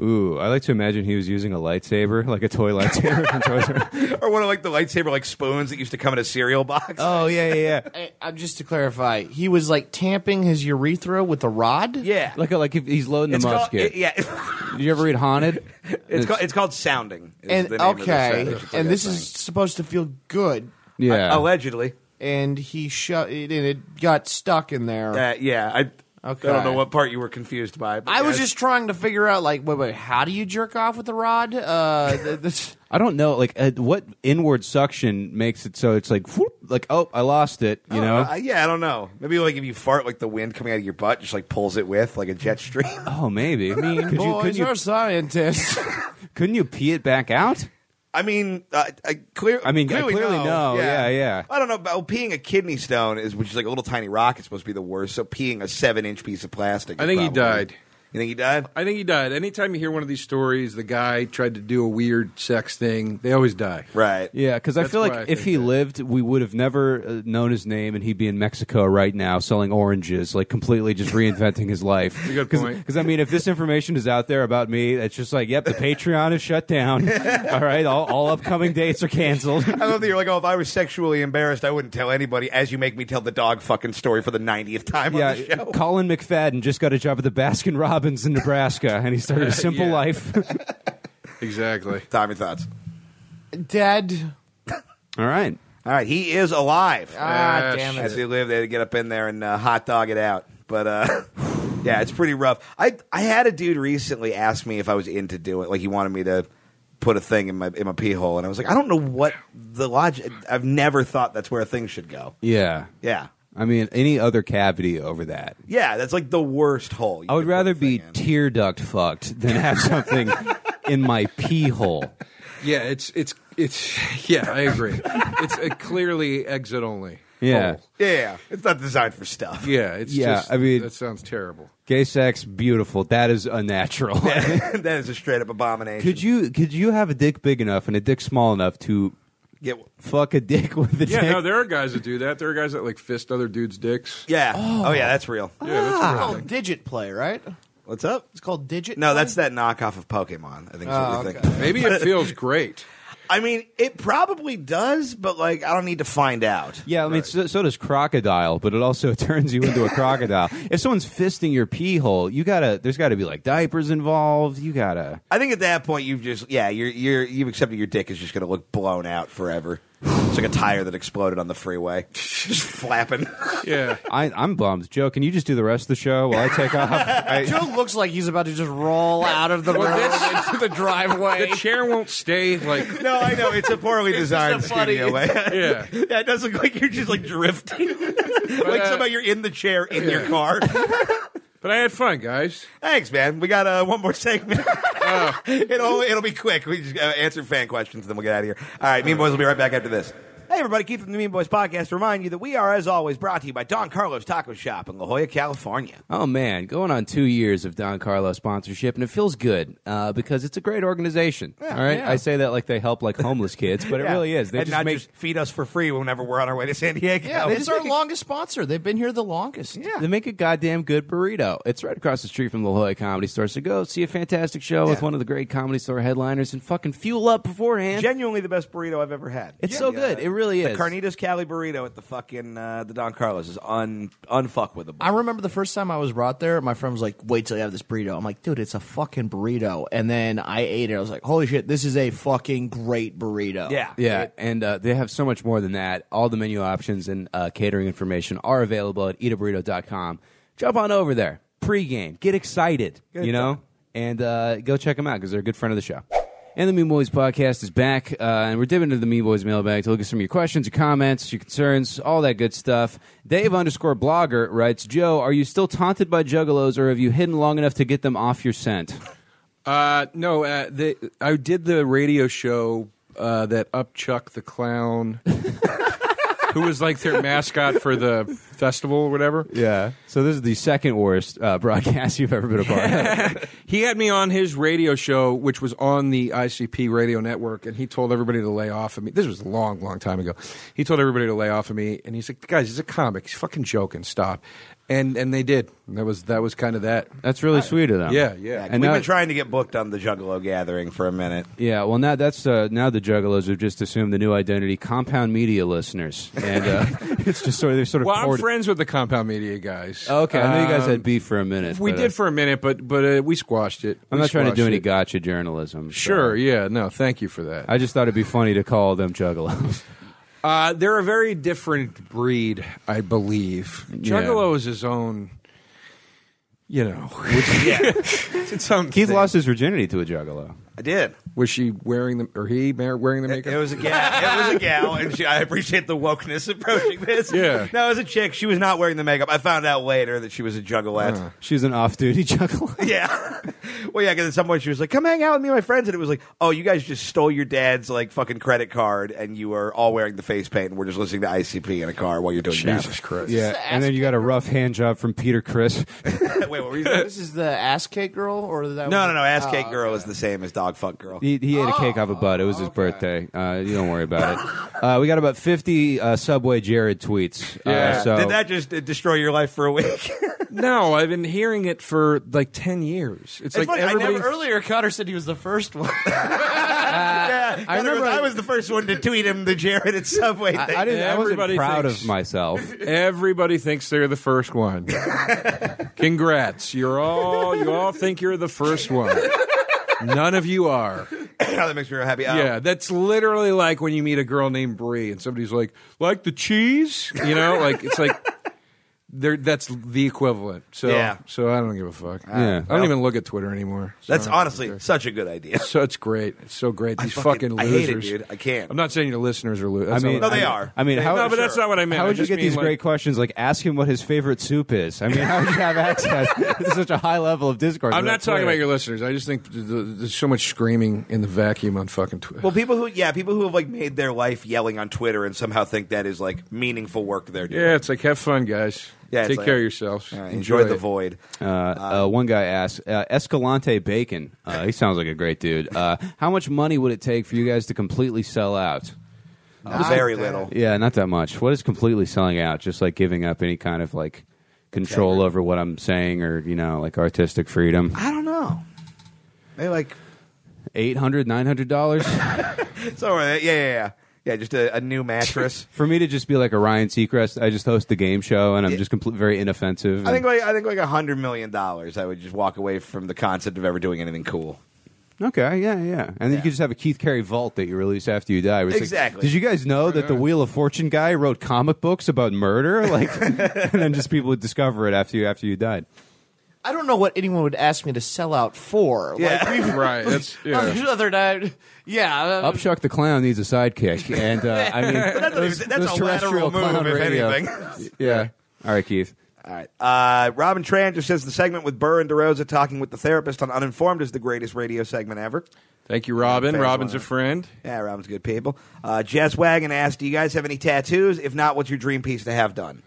S1: Ooh, I like to imagine he was using a lightsaber, like a toy lightsaber from
S2: <laughs>
S1: Toys R Us.
S2: or one of like the lightsaber like spoons that used to come in a cereal box.
S1: Oh yeah, yeah, yeah.
S3: <laughs> I, I'm just to clarify, he was like tamping his urethra with a rod.
S2: yeah,
S1: Like a, like if he's loading the
S2: it's called,
S1: musket.
S2: it- yeah, <laughs> it's,
S1: Did you ever read Haunted?
S2: called it's called sounding. is
S3: and
S2: the name of this, uh,
S3: okay,
S2: particular
S3: and this
S2: thing.
S3: is supposed to feel good,
S1: yeah.
S2: allegedly.
S3: and he shut it, and it got stuck in there.
S2: Uh, yeah, I I
S3: Okay.
S2: don't know what part you were confused by. but
S3: I was
S2: yeah,
S3: just trying to figure out, like, wait, wait, how do you jerk off with a rod? Uh, th- this,
S1: <laughs> I don't know, like uh, what inward suction makes it so it's like, whoop, like oh, I lost it. You know?
S2: Uh, yeah, I don't know. Maybe like if you fart, like the wind coming out of your butt just like pulls it with like a
S1: <laughs>
S2: jet stream.
S1: oh, maybe. could you,
S3: boys
S1: could you,
S3: are scientists.
S5: <laughs>
S1: couldn't you pee it back out?
S2: I mean, uh, I clear.
S1: I mean, I
S2: clearly,
S1: clearly
S2: no.
S1: know. Yeah, yeah.
S2: I don't know about peeing a kidney stone is which is like a little tiny rock. It's supposed to be the worst. So peeing a seven inch piece of plastic.
S5: I
S2: is
S5: think he
S2: probably-
S5: died.
S2: You think he died?
S5: I think he died. Anytime you hear one of these stories, the guy tried to do a weird sex thing, they always die.
S2: Right.
S1: Yeah, because I
S5: That's
S1: feel like
S5: why I
S1: if
S5: think
S1: he
S5: that.
S1: lived, we would have never uh, known his name, and he'd be in Mexico right now selling oranges, like completely just reinventing his life.
S5: a good point.
S1: Because I mean, if this information is out there about me, it's just like, yep, the Patreon is shut down. <laughs> all right, all, all upcoming dates are canceled. <laughs>
S2: I love that you're like, oh, if I was sexually embarrassed, I wouldn't tell anybody. As you make me tell the dog fucking story for the 90th time on the
S1: Yeah,
S2: show.
S1: Colin McFadden just got a job at the Baskin Robbins in Nebraska, and he started
S2: <laughs>
S1: a simple
S5: Yeah.
S1: life. <laughs>
S5: Exactly.
S2: Tommy thoughts.
S3: Dead.
S1: all right,
S2: All right, he is alive.
S3: Ah,
S5: Yes.
S3: damn it.
S2: As they lived, they had to get up in there and uh, hot dog it out. But uh, <laughs> yeah, it's pretty rough. I I had a dude recently ask me if I was into doing like he wanted me to put a thing in my in my pee hole, and I was like, I don't know what the logic. I've never thought that's where things should go.
S1: yeah,
S2: Yeah,
S1: I mean, any other cavity over that.
S2: yeah, that's like the worst hole. you
S1: I would
S2: could put
S1: rather
S2: a thing
S1: be
S2: in.
S1: tear duct fucked than have
S2: <laughs>
S1: something in my pee hole.
S5: <laughs> Yeah, it's it's it's <laughs> yeah, I agree. it's a clearly exit only.
S1: Yeah.
S5: hole.
S2: yeah, yeah, it's not designed for stuff.
S5: Yeah, it's
S1: Yeah,
S5: just
S1: I mean-
S5: that sounds terrible.
S1: Gay sex, beautiful. That is unnatural.
S2: <laughs> that is a straight up abomination.
S1: could you could you have a dick big enough and a dick small enough to
S2: get?
S1: fuck a dick with a
S5: Yeah,
S1: dick?
S5: no, there are guys that do that. There are guys that like fist other dudes' dicks.
S2: Yeah. Oh, yeah, that's real.
S5: Yeah, that's a
S3: It's
S5: real thing.
S3: called digit play, right?
S2: What's up?
S3: It's called digit.
S2: No,
S3: play?
S2: that's that knockoff of Pokemon. I think. is what
S3: Oh,
S2: we think.
S3: okay.
S5: Maybe it feels great.
S2: I mean, it probably does, but like, I don't need to find out.
S1: Yeah, I mean, so, so does crocodile, but it also <laughs> turns you into a crocodile. If someone's fisting your pee hole, you gotta. There's got to be like diapers involved. You gotta.
S2: I think at that point you've just yeah you're you're you've accepted your dick is just going to look blown out forever. It's like a tire that exploded on the freeway, <laughs> just flapping.
S5: Yeah.
S1: I, I'm bummed, Joe. Can you just do the rest of the show while I take
S2: <laughs>
S1: off? I,
S3: Joe looks like he's about to just roll out
S5: <laughs>
S3: of the room
S5: Well, that's-
S3: into the driveway.
S5: The chair won't
S3: <laughs>
S5: stay like
S2: No, I know it's a <laughs> poorly designed
S3: just a funny-
S2: studio. <laughs> yeah,
S5: yeah.
S2: it does look like you're just like <laughs> drifting, like
S5: uh,
S2: somehow you're in the chair in your
S5: yeah.
S2: car.
S5: But I had fun, guys.
S2: Thanks, man. We got uh, one more <laughs> segment.
S1: Oh.
S2: it'll it'll be quick. We just uh, answer fan questions, then we'll get out of here. All right, Mean Boys will be right back after this. Hey, everybody! Keith from the Mean Boys podcast. to Remind you that we are, as always, brought to you by Don Carlos Taco Shop in La Jolla, California.
S1: Oh man, going on two years of Don Carlo sponsorship, and it feels good uh, because it's a great organization. all right,
S2: yeah.
S1: I say that like they help like homeless kids, but it
S2: Yeah.
S1: really is. They
S2: and
S1: just
S2: not
S1: make
S2: just feed us for free whenever we're on our way to San Diego.
S3: yeah,
S1: they
S3: it's
S1: just
S3: our
S1: make a-
S3: longest sponsor. They've been here the longest.
S1: they make a goddamn good burrito. It's right across the street from the La Jolla Comedy Store. So go see a fantastic show with one of the great comedy store headliners and fucking fuel up beforehand.
S2: Genuinely the best burrito I've ever had.
S1: It's so good. It really
S2: The
S1: is.
S2: Carnitas Cali burrito at the fucking uh, the Don Carlos is un unfuckwithable.
S3: I remember the first time I was brought there, my friend was like, wait till you have this burrito. I'm like, dude, it's a fucking burrito. And then I ate it. I was like, holy shit, this is a fucking great burrito.
S2: yeah,
S1: Yeah, and uh, they have so much more than that. All the menu options and uh, catering information are available at eataburrito.com. Jump on over there, pregame, get excited, you know, and uh, go check them out because they're a good friend of the show. And the Mean Boys podcast is back, uh, and we're dipping into the Mean Boys mailbag to look at some of your questions, your comments, your concerns, all that good stuff. Dave underscore blogger writes, Joe, are you still taunted by juggalos, or have you hidden long enough to get them off your scent?
S5: Uh, no, uh, the, I did the radio show uh, that Upchuck the Clown, <laughs> who was like their mascot for the festival or whatever.
S1: Yeah. So this is the second worst uh, <laughs> broadcast you've ever been a part <laughs> of.
S5: He had me on his radio show, which was on the ICP radio network, and he told everybody to lay off of me. This was a long, long time ago. He told everybody to lay off of me, and he's like, "Guys, he's a comic. He's fucking joking. Stop." And and they did. And that was that was kind of that.
S1: That's really sweet of them.
S5: Yeah, yeah.
S1: And
S2: We've
S1: now,
S2: been trying to get booked on the Juggalo Gathering for a minute.
S1: yeah, well, now that's uh, now the Juggalos have just assumed the new identity, Compound Media listeners, and uh, <laughs> it's just sort of they're sort of.
S5: Well, I'm
S1: poured-
S5: friends with the Compound Media guys.
S1: Okay, I know you guys
S5: Um,
S1: had beef for a minute.
S5: We
S1: but, uh,
S5: did for a minute, but but uh, we squashed it.
S1: I'm
S5: We
S1: not trying to do
S5: squashed
S1: any
S5: it.
S1: gotcha journalism. so-
S5: Sure, yeah, no, thank you for that.
S1: I just thought it'd be funny to call them <laughs> Juggalos.
S5: Uh, they're a very different breed, I believe.
S1: Yeah.
S5: Juggalo is his own, you know. yeah, it's its own <laughs>
S1: Keith
S2: <laughs>
S5: thing.
S1: lost his virginity to a Juggalo.
S2: I did.
S5: Was she wearing the or he ma- wearing the
S2: It,
S5: makeup?
S2: it
S5: <laughs>
S2: was a gal. It was a gal, and she, I appreciate the wokeness approaching this.
S5: Yeah.
S2: no, it was a chick. She was not wearing the makeup. I found out later that she was a juggalette.
S5: Uh.
S1: She's an off-duty <laughs>
S5: <laughs>
S1: juggler.
S2: <laughs> Yeah. well, yeah, because at some point she was like, "Come hang out with me, and my friends," and it was like, "Oh, you guys just stole your dad's like fucking credit card, and you are all wearing the face paint, and we're just listening to ICP in a car while you're doing <laughs>
S5: Jesus Christ!
S1: Yeah, and then you got a rough hand job from Peter Chris.
S2: that." Wait, what were you saying?
S3: This is the ass cake girl, or that?
S2: No,
S3: was-
S2: no, no. Ass
S3: Oh,
S2: cake girl
S3: okay.
S2: is the same as dog fuck girl.
S1: He, he ate a cake
S5: Oh,
S1: off a butt. It was his birthday. Uh, you don't worry about it. Uh, we got about fifty uh, Subway Jared tweets.
S5: Yeah.
S1: Uh, so
S2: Did that just uh, destroy your life for a week?
S5: No, I've been hearing it for like ten years. It's, like
S2: funny, I never-
S5: everybody.
S3: Earlier, Cutter said he was the first one.
S2: <laughs> yeah, I
S1: remember I-
S2: I was the first one to tweet him the Jared at Subway thing.
S1: I didn't. I wasn't
S5: Everybody
S1: proud
S5: thinks-
S1: of
S5: <laughs>
S1: myself.
S5: Everybody thinks they're the first one. Congrats. You're all you all think you're the first one. None of you are.
S2: <laughs> that makes me real happy. Oh.
S5: Yeah, that's literally like when you meet a girl named Brie and somebody's like, "Like the cheese?" You know, like it's like they're, that's the equivalent. So
S2: Yeah.
S5: so I don't give a fuck.
S1: Yeah.
S5: I don't even look at Twitter anymore. So
S2: That's honestly such a good idea. <laughs>
S5: so it's great. It's so great. These
S2: fucking-
S5: fucking,
S2: I hate
S5: losers.
S2: it, dude. I can't.
S5: I'm not saying your listeners are losers.
S1: I mean,
S2: No, they are.
S1: I mean,
S2: They-
S1: how?
S5: No, but that's
S2: Sure.
S5: not what I meant.
S1: how
S5: I
S1: would you
S5: just
S1: get
S5: mean,
S1: these
S5: like,
S1: great questions? Like, ask him what his favorite soup is. I mean, how would you have access? <laughs> this is such a high level of discourse.
S5: I'm
S1: without
S5: not talking
S1: Twitter.
S5: about your listeners. I just think th- th- there's so much screaming in the vacuum on fucking Twitter.
S2: Well, people who yeah, people who have like made their life yelling on Twitter and somehow think that is like meaningful work they're doing.
S5: yeah, it's like have fun, guys.
S2: Yeah, it's
S5: take
S2: like-
S5: care of yourselves.
S2: Uh, enjoy, the
S5: it.
S2: void.
S1: Uh, uh, one guy asked uh, Escalante Bacon. Uh, he sounds like a great dude. Uh, how much money would it take for you guys to completely sell out?
S2: Very little.
S1: Yeah, not that much. What is completely selling out? Just like giving up any kind of like control over what I'm saying, or you know, like artistic freedom.
S2: I don't know. They like
S1: Eight hundred, nine hundred dollars
S2: so yeah, yeah, yeah, yeah. Just a, a new mattress.
S1: for me to just be like a Ryan Seacrest. I just host a game show, and I'm just complete, very inoffensive.
S2: I think like I think like a hundred million dollars. I would just walk away from the concept of ever doing anything cool.
S1: Okay, yeah, yeah. And then you
S2: Yeah.
S1: could just have a Keith Carey vault that you release after you die. It's like,
S2: Exactly.
S1: Did you guys know that the Wheel of Fortune guy wrote comic books about murder? <laughs> Like, and then just people would discover it after you after you died.
S3: I don't know what anyone would ask me to sell out for.
S2: Yeah.
S3: <laughs> Like,
S5: <laughs> Right. That's yeah.
S2: Oh,
S3: we other night, yeah. uh,
S1: Upshuck the clown needs a sidekick, and uh,
S5: <laughs>
S1: I mean,
S2: <laughs> That's, not even- that's
S1: those
S2: a lateral
S1: terrestrial
S2: move,
S1: clown
S2: if
S1: radio.
S2: anything.
S5: yeah.
S1: All right, Keith.
S2: <laughs> All right. Uh, Robin Tran just says the segment with Burr and DeRosa talking with the therapist on Uninformed is the greatest radio segment ever.
S5: Thank you, Robin.
S2: Fans
S5: Robin's a
S2: wanna-
S5: friend.
S2: Yeah, Robin's good people. Uh, Jess Wagon asked, "Do you guys have any tattoos? If not, what's your dream piece to have done?"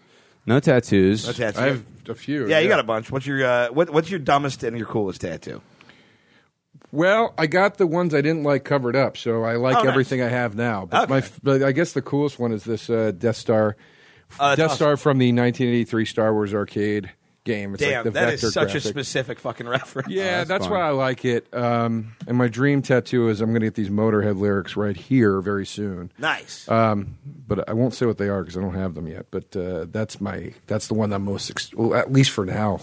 S1: No tattoos.
S2: No tattoos.
S5: I have a few.
S2: yeah, you got a bunch. What's your uh, what, what's your dumbest and your coolest tattoo?
S5: Well, I got the ones I didn't like covered up, so I like
S2: Oh, nice.
S5: everything I have now. But my,
S2: Okay.
S5: f- but I guess the coolest one is this uh, Death Star,
S2: that's
S5: Death
S2: Uh, awesome.
S5: Star from the 1983 Star Wars arcade game. It's like
S2: Damn,
S5: the
S2: that
S5: vector
S2: is such a
S5: graphic.
S2: specific fucking reference.
S5: Yeah,
S1: that's
S5: that's,
S1: fine.
S5: why I like it. Um, and my dream tattoo is I'm going to get these Motorhead lyrics right here very soon.
S2: Nice.
S5: Um, but I won't say what they are because I don't have them yet. But uh, that's my that's the one that I'm most ex- well, at least for now.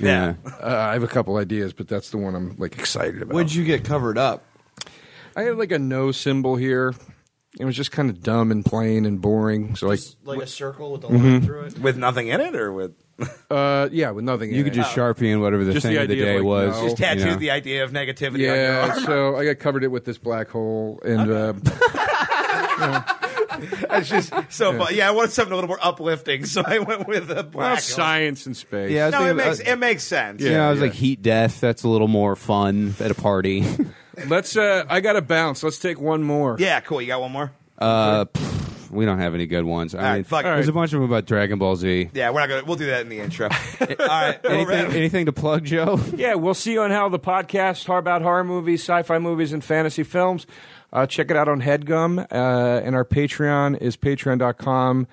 S1: Yeah.
S5: Uh, I have a couple ideas, but that's the one I'm like excited about.
S7: Would you get covered up?
S5: I had like a no symbol here. It was just kind of dumb and plain and boring. So like,
S3: like a circle with a line through it.
S2: with nothing in it, or with
S5: uh, yeah, with nothing.
S1: You
S5: in
S1: could
S5: it.
S1: just sharpie in whatever the
S5: Just
S1: thing
S5: the
S1: of the
S5: idea of,
S1: day
S5: like,
S1: was.
S5: no. Just
S1: you know.
S2: idea of negativity.
S5: yeah. so I got covered it with this black hole and. Uh, <laughs>
S2: that's just <laughs> so. Yeah. yeah, I wanted something a little more uplifting, so I went with a
S5: Well,
S2: black.
S5: science and space.
S1: Yeah, I was
S2: no, it
S1: thinking-
S2: makes
S1: uh,
S2: it makes sense.
S1: you know, I was
S5: yeah.
S1: like heat death. That's a little more fun at a
S2: <laughs>
S1: party.
S5: Let's. Uh, I got to bounce. Let's take one more.
S2: Yeah, cool. You got one more?
S1: Uh, pff, we don't have any good ones. I
S2: right,
S1: mean,
S2: fuck it.
S1: there's
S5: All
S1: a bunch of them about Dragon Ball
S2: <laughs>
S1: Z.
S2: Yeah, we're not gonna. We'll do that in
S1: <laughs>
S2: the intro. All right. we're
S1: Anything,
S2: ready.
S1: anything to plug, Joe?
S5: Yeah, we'll see you on how the podcast Har- about horror movies, sci-fi movies, and fantasy films. Uh, check it out on HeadGum, uh, and our Patreon is patreon.com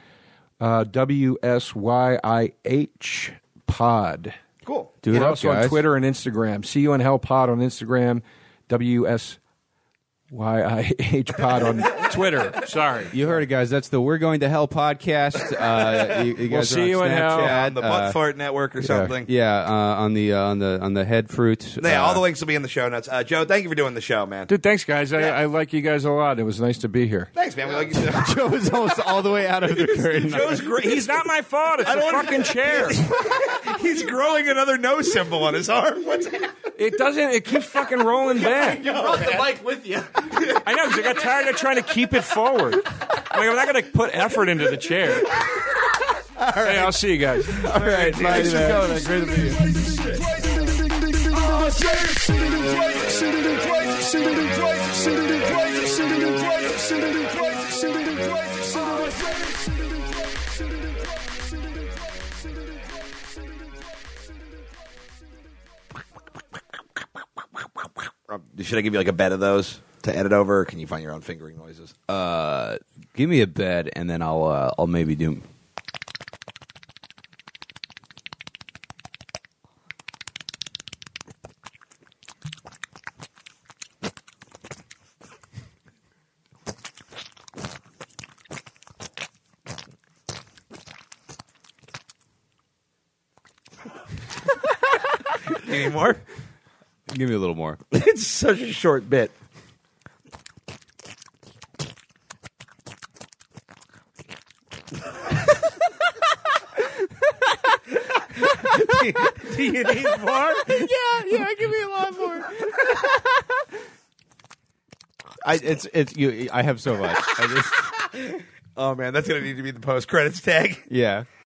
S5: uh, w s y i h pod.
S2: Cool.
S1: Do it
S5: We're
S1: up,
S5: also
S1: guys.
S5: on Twitter and Instagram. See you on Hell Pod on Instagram. W S YIH Pod
S1: <laughs>
S5: on Twitter. Sorry.
S1: You heard it, guys. That's the We're Going to Hell podcast.
S2: <laughs>
S1: Uh, you, you guys
S5: We'll
S1: are
S5: see
S1: on
S5: you in hell.
S1: Snapchat.
S2: on the
S1: uh,
S2: Butt Fart Network or something.
S1: Yeah, uh, on the uh, on the on the head fruit.
S2: Yeah,
S1: uh,
S2: all the links will be in the show notes. Uh, Joe, thank you for doing the show, man.
S5: Dude, thanks, guys. I, I like you guys a lot. It was nice to be here.
S2: Thanks, man. We like you.
S1: <laughs>
S2: too.
S1: Joe is almost all the way out
S2: <laughs>
S1: of the curtain.
S2: Joe's great. He's
S5: not my fault. It's a <laughs> fucking chair. <laughs>
S2: he's growing <laughs> another no symbol on his arm. What's happening?
S5: It doesn't. It keeps fucking <laughs> rolling back.
S7: Brought the mic with you.
S5: <laughs> I know because I got tired of trying to keep it forward. I'm like, I'm not going to put effort into the <laughs> chair. Hey, I'll see you guys.
S2: All right,
S1: Thanks for coming. Great to meet you.
S2: Should I give you like a bed of those to edit over? Or can you find your own fingering noises?
S1: Give me a bed, and then I'll uh, I'll maybe do.
S2: Any more?
S1: Give me a little more.
S2: <laughs> it's such a short bit. do, <laughs> do you need more?
S1: <laughs> I it's it's you. I have so much. I just
S2: Oh man, that's gonna need to be the post credits tag.
S1: <laughs> yeah.